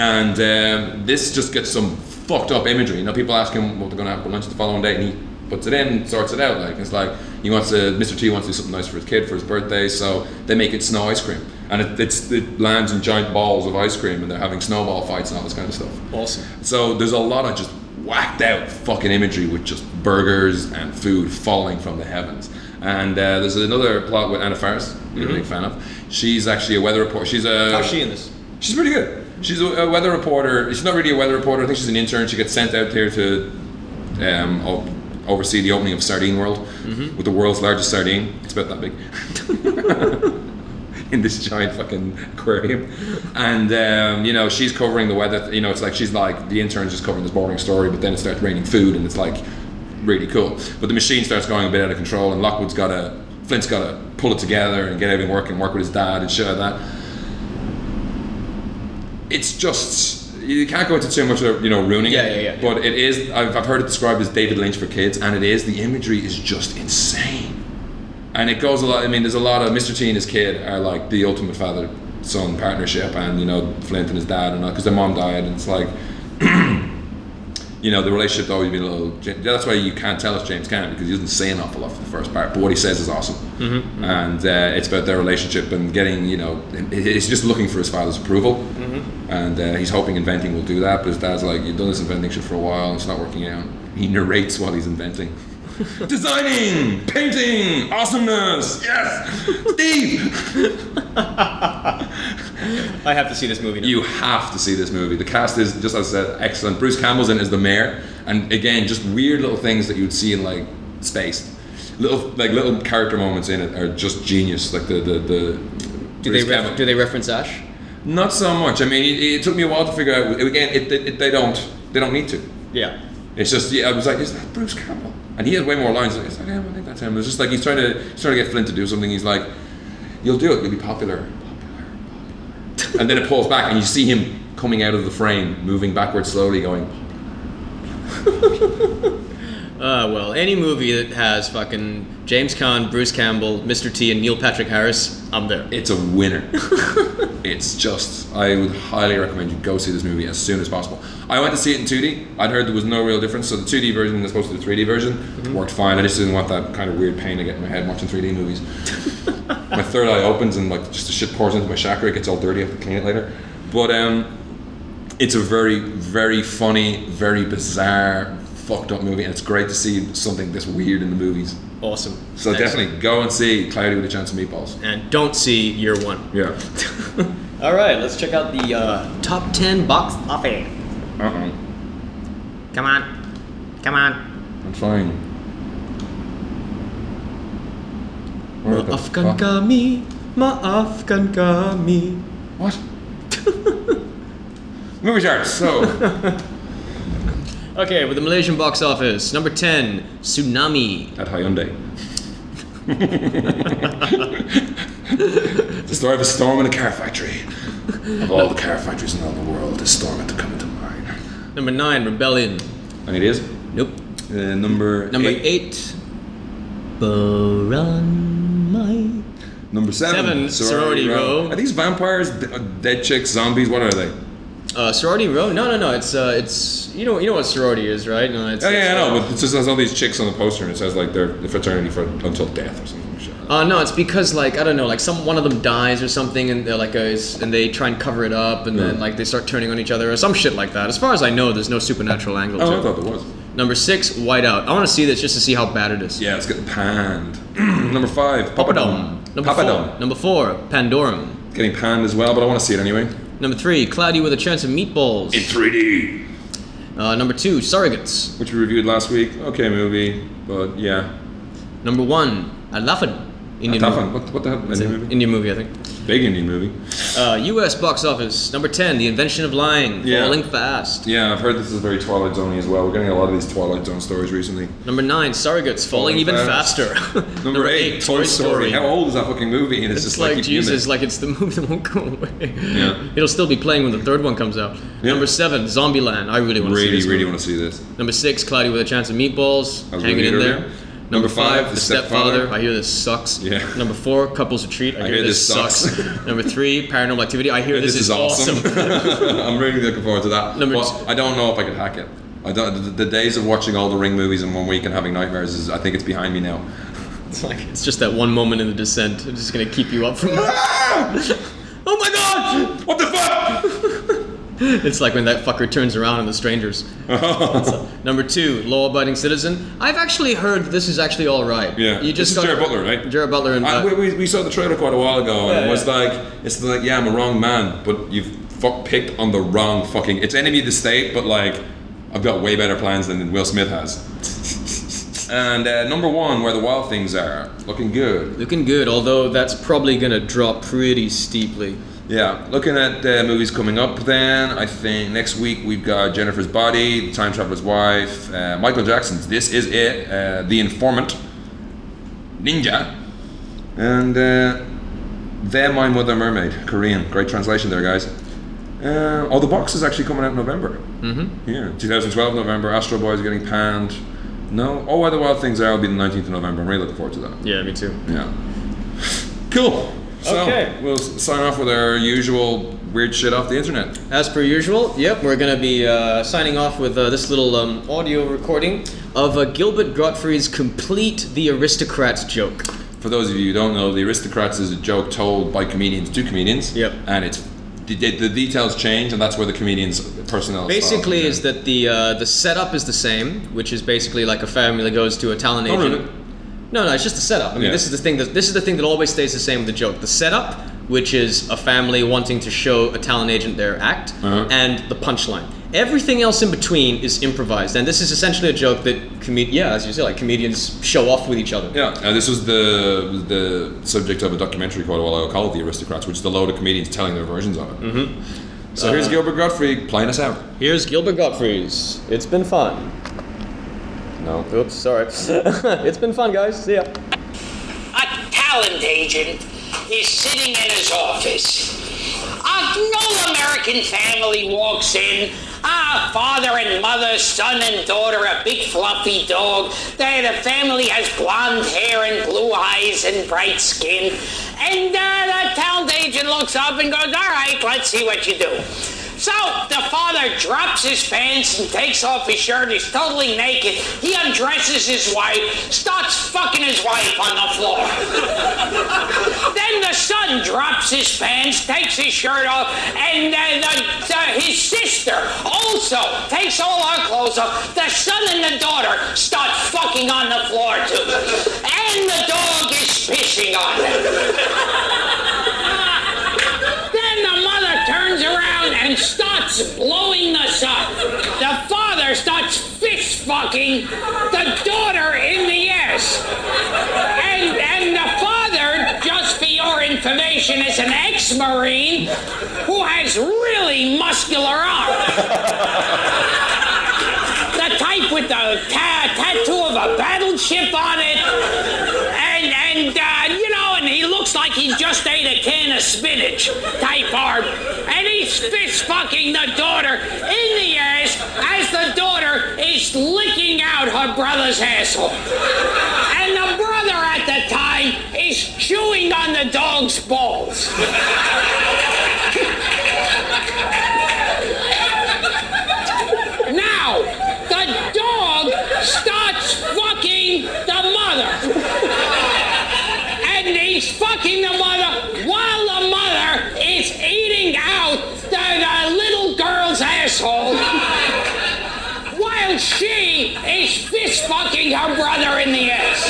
Speaker 2: and um, this just gets some fucked up imagery. You know, people ask him what they're going to have for lunch the following day, and he puts it in, sorts it out. Like it's like he wants to, Mr. T wants to do something nice for his kid for his birthday, so they make it snow ice cream, and it, it's, it lands in giant balls of ice cream, and they're having snowball fights and all this kind of stuff.
Speaker 1: Awesome.
Speaker 2: So there's a lot of just whacked out fucking imagery with just burgers and food falling from the heavens. And uh, there's another plot with Anna Faris, you're a big fan of. She's actually a weather reporter. She's a
Speaker 1: How's Oh, she in this?
Speaker 2: She's pretty good. She's a, a weather reporter. She's not really a weather reporter. I think she's an intern. She gets sent out there to um, o- oversee the opening of Sardine World with the world's largest sardine. It's about that big. In this giant fucking aquarium, and um, you know she's covering the weather. You know it's like she's like the intern's just covering this boring story, but then it starts raining food, and it's like really cool. But the machine starts going a bit out of control, and Lockwood's got to Flint's got to pull it together and get everything working, work with his dad and shit like that it's just you can't go into too much of you know ruining
Speaker 1: Yeah,
Speaker 2: it.
Speaker 1: yeah, yeah,
Speaker 2: But it is I've, I've heard it described as David Lynch for kids, and it is the imagery is just insane, and it goes a lot. I mean, there's a lot of Mr. T and his kid are like the ultimate father son partnership, and you know Flint and his dad, and because their mom died, and it's like. You know the relationship's always been a little. That's why you can't tell us James Cannon because he doesn't say an awful lot for the first part, but what he says is awesome, and uh, it's about their relationship and getting. You know, he's just looking for his father's approval, and uh, he's hoping inventing will do that. But his dad's like, "You've done this inventing shit for a while, and it's not working out." He narrates what he's inventing, designing, painting, awesomeness, yes, Steve.
Speaker 1: I have to see this movie now.
Speaker 2: You have to see this movie. The cast is just as I said, excellent. Bruce Campbell's in as the mayor, and again, just weird little things that you'd see in like space. Little like little character moments in it are just genius. Like the the the.
Speaker 1: do,
Speaker 2: Bruce
Speaker 1: they ref-
Speaker 2: Campbell.
Speaker 1: do they reference Ash?
Speaker 2: Not so much. I mean, it, it took me a while to figure out. Again, it, it, they don't they don't need to.
Speaker 1: Yeah.
Speaker 2: It's just yeah, I was like, is that Bruce Campbell? And he has way more lines. Like, it's like, yeah, I think that's him. It's just like he's trying to he's trying to get Flint to do something. He's like, you'll do it. You'll be popular. Popular. Popular. and then it pulls back, and you see him coming out of the frame, moving backwards slowly, going.
Speaker 1: Uh, well, any movie that has fucking James Caan, Bruce Campbell, Mr. T, and Neil Patrick Harris, I'm there.
Speaker 2: It's a winner. it's just, I would highly recommend you go see this movie as soon as possible. I went to see it in 2D. I'd heard there was no real difference, so the 2D version as opposed to the 3D version worked fine. I just didn't want that kind of weird pain I get in my head watching 3D movies. my third eye opens and like just the shit pours into my chakra. It gets all dirty. I have to clean it later. But um, it's a very, very funny, very bizarre, fucked up movie, and it's great to see something this weird in the movies.
Speaker 1: Awesome.
Speaker 2: So
Speaker 1: Excellent.
Speaker 2: definitely go and see Cloudy with a Chance of Meatballs.
Speaker 1: And don't see year one.
Speaker 2: Yeah.
Speaker 1: All right, let's check out the uh, top 10 box office.
Speaker 2: Uh-uh.
Speaker 1: Come on. Come on.
Speaker 2: I'm trying. Where the
Speaker 1: Afghan
Speaker 2: fuck-
Speaker 1: kami, ma Afghan kami.
Speaker 2: What? Movie charts. So
Speaker 1: Okay, with the Malaysian box office, number 10, Tsunami.
Speaker 2: at Hyundai. the story of a storm in a car factory. Of all the car factories in all the world, this storm had to come into mind.
Speaker 1: Number 9, Rebellion.
Speaker 2: And it is
Speaker 1: Nope.
Speaker 2: uh, number
Speaker 1: Number
Speaker 2: eight,
Speaker 1: 8, Baranmai.
Speaker 2: number
Speaker 1: Seven,
Speaker 2: seven,
Speaker 1: Sorority Row.
Speaker 2: Are these vampires, d- uh, dead chicks, zombies? What are they?
Speaker 1: Uh, sorority row? No, no, no. It's uh, it's you know you know what sorority is, right? No, it's,
Speaker 2: Oh yeah, I
Speaker 1: it's, uh,
Speaker 2: know. But it just has all these chicks on the poster, and it says like they're the fraternity for until death or something. Shit.
Speaker 1: Uh, no, it's because like I don't know, like some one of them dies or something, and they're like uh, it's, and they try and cover it up, and then
Speaker 2: Yeah.
Speaker 1: like they start turning on each other or some shit like that. As far as I know, there's no supernatural angle
Speaker 2: Oh, I
Speaker 1: to
Speaker 2: thought there was.
Speaker 1: it. Number six, Whiteout. I want to see this just to see how bad it is.
Speaker 2: Yeah, it's getting panned. Number five, Papadom.
Speaker 1: Papadom. Number
Speaker 2: Papadom.
Speaker 1: four. Number four, Pandorum.
Speaker 2: Getting panned as well, but I want to see it anyway.
Speaker 1: Number three, Cloudy with a Chance of Meatballs.
Speaker 2: 3D,
Speaker 1: Uh, number two, Surrogates.
Speaker 2: which we reviewed last week. Okay, movie, but yeah,
Speaker 1: Number one, Alafan. Indian
Speaker 2: tough one.
Speaker 1: movie.
Speaker 2: What, what the hell?
Speaker 1: It's an
Speaker 2: Indian movie?
Speaker 1: Indian movie, I think.
Speaker 2: Big Indian movie.
Speaker 1: Uh, U.S. box office. Number ten, The Invention of Lying.
Speaker 2: Yeah.
Speaker 1: Falling Fast.
Speaker 2: Yeah, I've heard this is very Twilight Zone as well. We're getting a lot of these Twilight Zone stories recently.
Speaker 1: Number nine, Surrogates. Falling,
Speaker 2: Falling
Speaker 1: even
Speaker 2: Fast.
Speaker 1: faster.
Speaker 2: Number, eight, Toy Story. How old is that fucking movie? And it's,
Speaker 1: It's
Speaker 2: just
Speaker 1: like,
Speaker 2: like, keep doing
Speaker 1: Jesus,
Speaker 2: it.
Speaker 1: like it's the movie that won't go away.
Speaker 2: Yeah.
Speaker 1: It'll still be playing when the third one comes out.
Speaker 2: Yeah.
Speaker 1: Number seven, Zombieland. I really want to see
Speaker 2: really,
Speaker 1: this
Speaker 2: really
Speaker 1: movie.
Speaker 2: want to see this.
Speaker 1: Number six, Cloudy with a Chance of Meatballs.
Speaker 2: I
Speaker 1: Hang
Speaker 2: was
Speaker 1: it in
Speaker 2: reading it
Speaker 1: there.
Speaker 2: earlier.
Speaker 1: Number,
Speaker 2: Number
Speaker 1: five,
Speaker 2: five,
Speaker 1: The
Speaker 2: The
Speaker 1: Stepfather.
Speaker 2: Stepfather.
Speaker 1: I hear this sucks.
Speaker 2: Yeah.
Speaker 1: Number four, Couples Retreat. I, hear, this, sucks. Number three, Paranormal Activity. I hear this, is, awesome.
Speaker 2: I'm really looking forward to that.
Speaker 1: Number
Speaker 2: But I don't know if I could hack it. I don't, the, the days of watching all the Ring movies in one week and having nightmares is, I think it's behind me now.
Speaker 1: it's like it's just that one moment in the descent. It's just gonna keep you up from. oh my god!
Speaker 2: What the fuck?
Speaker 1: It's like when that fucker turns around and the strangers.
Speaker 2: Uh-huh.
Speaker 1: Number two, law-abiding citizen. I've actually heard this is actually all right.
Speaker 2: Yeah.
Speaker 1: you just
Speaker 2: This
Speaker 1: got-
Speaker 2: is Gerard Butler, right?
Speaker 1: Gerard Butler and
Speaker 2: I,
Speaker 1: uh,
Speaker 2: we, we, we saw the trailer quite a while ago, and
Speaker 1: Yeah,
Speaker 2: it was
Speaker 1: yeah.
Speaker 2: like it's like yeah, I'm a wrong man, but you've fuck picked on the wrong fucking. It's enemy of the state, but like I've got way better plans than Will Smith has. and uh, number one, where the wild things are, looking good.
Speaker 1: looking good. Although that's probably gonna drop pretty steeply.
Speaker 2: Yeah, looking at uh, movies coming up. Then I think next week we've got Jennifer's Body, The Time Traveler's Wife, uh, Michael Jackson's This Is It, uh, The Informant, Ninja, and. Uh, They're My Mother Mermaid, Korean. Great translation there, guys. Uh, oh, the box is actually coming out in November. Mm-hmm. Yeah, 2012 November. Astro Boy is getting panned. No, oh, why the wild things are will be the 19th of November. I'm really looking forward to that.
Speaker 1: Yeah, me too.
Speaker 2: Yeah. Cool. So,
Speaker 1: Okay.
Speaker 2: We'll s- sign off with our usual weird shit off the internet.
Speaker 1: As per usual, yep, we're going to be uh, signing off with uh, this little um, audio recording of uh, Gilbert Gottfried's complete The Aristocrats joke.
Speaker 2: For those of you who don't know, The Aristocrats is a joke told by comedians to comedians.
Speaker 1: Yep.
Speaker 2: And it's the, the the details change, and that's where the comedians' personality.
Speaker 1: Basically, is that the uh, the setup is the same, which is basically like a family that goes to a talent
Speaker 2: Oh,
Speaker 1: agent.
Speaker 2: really?
Speaker 1: No, no, it's just the setup. I mean,
Speaker 2: Yeah.
Speaker 1: this is the thing that this is the thing that always stays the same with the joke. The setup, which is a family wanting to show a talent agent their act,
Speaker 2: Uh-huh.
Speaker 1: and the punchline. Everything else in between is improvised, and this is essentially a joke that comed- yeah, as you say, like comedians show off with each other.
Speaker 2: Yeah, uh, this was the the subject of a documentary quite a while ago called "The Aristocrats," which is a load of comedians telling their versions of it. Mm-hmm. So
Speaker 1: Uh,
Speaker 2: here's Gilbert Gottfried playing us out.
Speaker 1: Here's Gilbert Gottfried's. It's been fun.
Speaker 2: No,
Speaker 1: Oops, sorry. it's been fun, guys. See ya.
Speaker 3: a talent agent is sitting in his office. A no American family walks in. Ah, father and mother, son and daughter, a big fluffy dog. They, the family has blonde hair and blue eyes and bright skin. And uh, the talent agent looks up and goes, All right, let's see what you do. So the father drops his pants and takes off his shirt. He's totally naked. He undresses his wife, starts fucking his wife on the floor. then the son drops his pants, takes his shirt off, and uh, the, uh, his sister also takes all her clothes off. The son and the daughter start fucking on the floor too, and the dog is pissing on them. Then the mother turns around and starts blowing this up. The father starts fist fucking the daughter in the ass. And and the father, just for your information, is an ex-marine who has really muscular arms. the type with the ta- tattoo of a battleship on it. And, and uh, you know, and he looks like he just ate a can of spinach type arm. And he's fist fucking the daughter in the ass as the daughter is licking out her brother's asshole. And the brother at the time is chewing on the dog's balls. Now, the dog starts fucking the mother. And he's fucking the mother while the mother is eating out the, the little girl's asshole. While she is fist fucking her brother in the ass.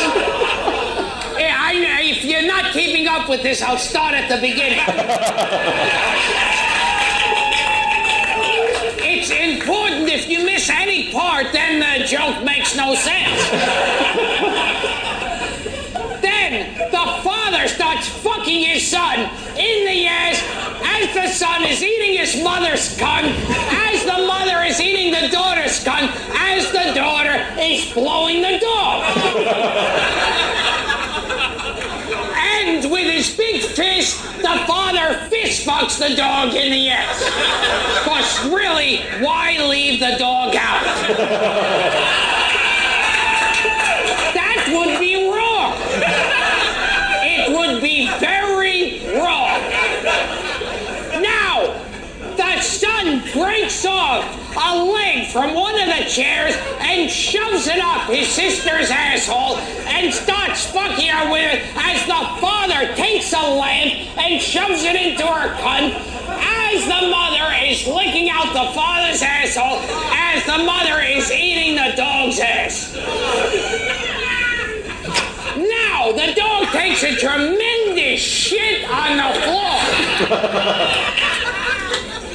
Speaker 3: Yeah, I, if you're not not keeping up with this, I'll start at the beginning. it's important if you miss any part, then the joke makes no sense. then the father starts fucking his son in the ass as the son is eating his mother's cunt, as the mother is eating the daughter's cunt, as the daughter is blowing the dog. and with his big fist, the father fist fucks the dog in the ass. Because really, why leave the dog out? that would be wrong. It would be very wrong. Now, the son breaks off a leg from one of the chairs and shoves it up his sister's asshole and starts fucking her with it as the father takes a lamp and shoves it into her cunt as the mother is licking out the father's asshole as the mother is eating the dog's ass. Now the dog takes a tremendous shit on the floor.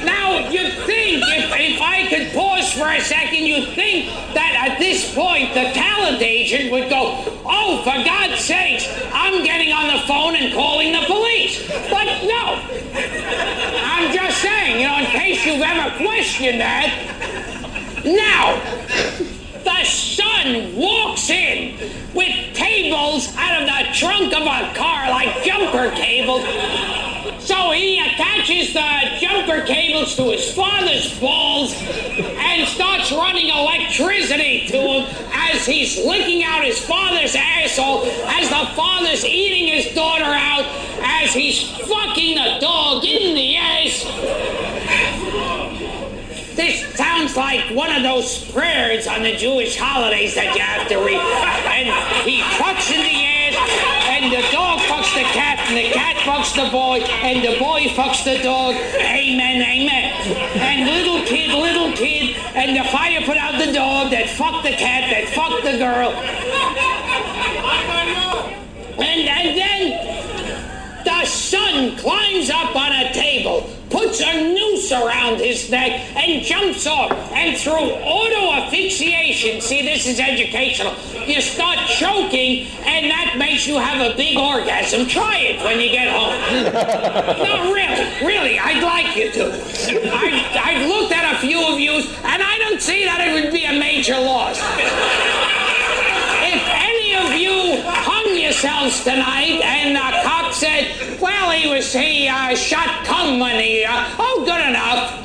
Speaker 3: now you'd think if, if I could pause for a second, you'd think that at this point the talent agent would go, Oh, for God's sakes, I'm getting on the phone and calling the police. But no. I'm just saying, you know, in case you've ever questioned that. Now, the son walks in with cables out of the trunk of a car like jumper cables. So he attaches the jumper cables to his father's balls and starts running electricity to him as he's licking out his father's asshole, as the father's eating his daughter out, as he's fucking the dog in the ass. This sounds like one of those prayers on the Jewish holidays that you have to read. And he fucks in the ass, and the dog fucks the cat, and the cat fucks the boy, and the boy fucks the dog. Amen, amen. And little kid, little kid, and the fire put out the dog that fucked the cat, that fucked the girl. And, and then the son climbs up on a table, puts a noose around his neck, and jumps off. And through auto asphyxiation, see, this is educational, you start choking, and that makes you have a big orgasm. Try it when you get home. no, really, really, I'd like you to. I've, I've looked at a few of you, and I don't see that it would be a major loss if any of you hung yourselves tonight and the cop said, well, he was, he uh, shot Kungman here, oh, good enough.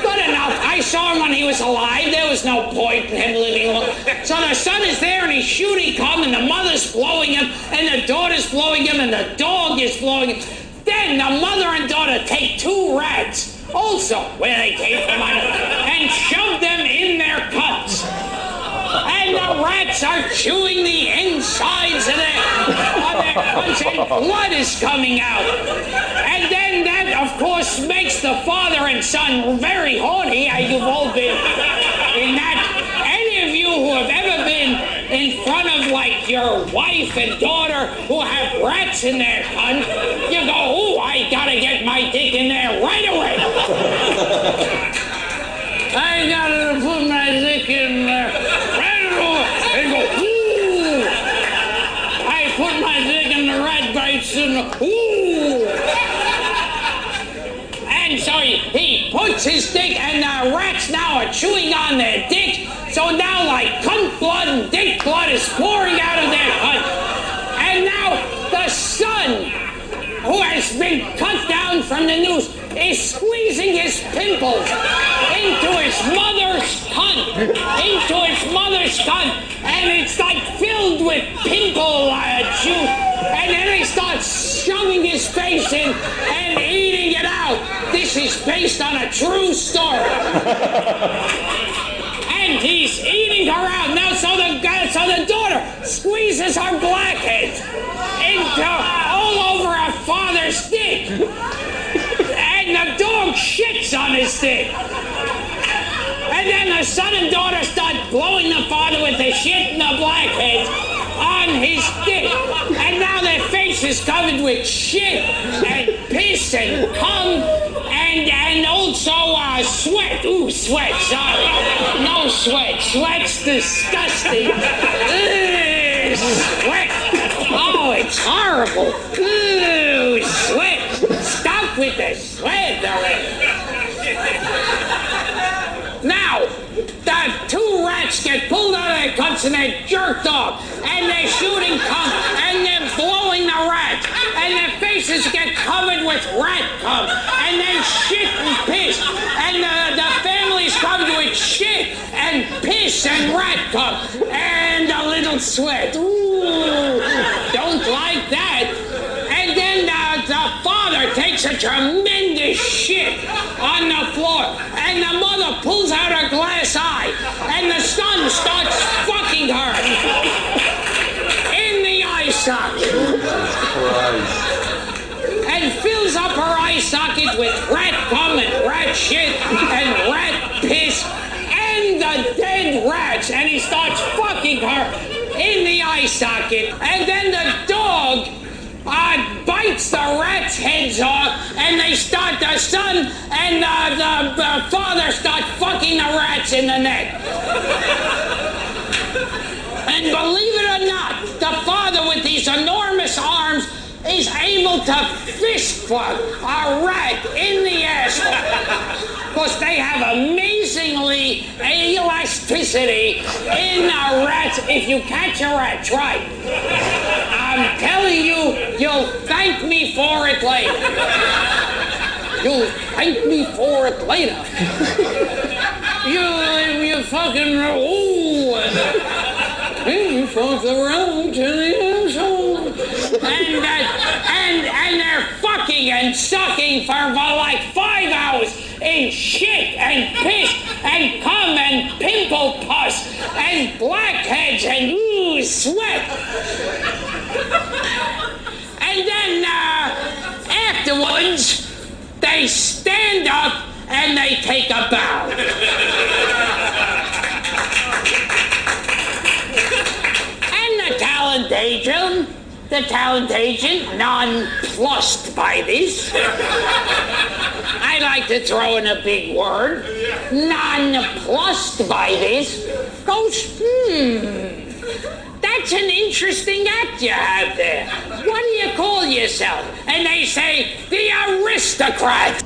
Speaker 3: Good enough. I saw him when he was alive. There was no point in him living alone. So the son is there and he's shooting cum and the mother's blowing him and the daughter's blowing him and the dog is blowing him. Then the mother and daughter take two rats, also where they came from, I don't know, and shove them in their cuts and the rats are chewing the insides of their, of their cunts, and blood is coming out. And then that, of course, makes the father and son very horny, as you've all been in that. Any of you who have ever been in front of, like, your wife and daughter who have rats in their cunt, you go, ooh, I gotta get my dick in there right away. I gotta put my dick in there. Right away. And go, ooh. I put my dick in the rat bites and ooh. And so he, he puts his dick, and the rats now are chewing on their dick. So now, like, cunt blood and dick blood is pouring out of their cunt. And now the sun who has been cut down from the noose, is squeezing his pimples into his mother's cunt, into his mother's cunt, and it's like filled with pimple uh, juice. And then he starts shoving his face in and eating it out. This is based on a true story and he's eating her out now. So the guy- so the daughter squeezes her blackhead into all over her father's dick, and the dog shits on his dick. And then the son and daughter start blowing the father with the shit and the blackheads on his dick. And now they're facing wife is covered with shit and piss and cum and and also uh, sweat. Ooh, sweat. Sorry, no sweat. Sweat's disgusting. Ugh, sweat. Oh, it's horrible. Ooh, sweat. Stop with the sweat already. Now. The two rats get pulled out of their cups and they're jerked off, and they're shooting cum, and they're blowing the rats, and their faces get covered with rat cum, and they shit and piss, and the, the families come to it shit and piss and rat cum, and a little sweat. Ooh, don't like that. And then the, the father takes a tremendous shit on the floor, and the mother pulls out her glass eye, and the son starts fucking her in the eye socket,
Speaker 2: Christ.
Speaker 3: and fills up her eye socket with rat cum and rat shit and rat piss and the dead rats, and he starts fucking her in the eye socket, and then the dog uh, bites the rat's heads off, and they start the son and uh, the uh, father start fucking the rats in the neck. and believe it or not, the father with these enormous arms is able to fist fuck a rat in the ass. Because they have amazingly elasticity in the rats. If you catch a rat, try. it. I'm telling you, you'll thank me for it later. You'll thank me for it later. you, you fucking, ooh. and you fuck the road to the asshole. And, uh, and, and they're fucking and sucking for about like five hours in shit and piss and cum and pimple pus and blackheads and ooh, sweat. And then uh, afterwards, they stand up and they take a bow. and the talent agent, the talent agent, nonplussed by this, I like to throw in a big word, nonplussed by this, goes, hmm. That's an interesting act you have there. What do you call yourself? And they say, the aristocrat.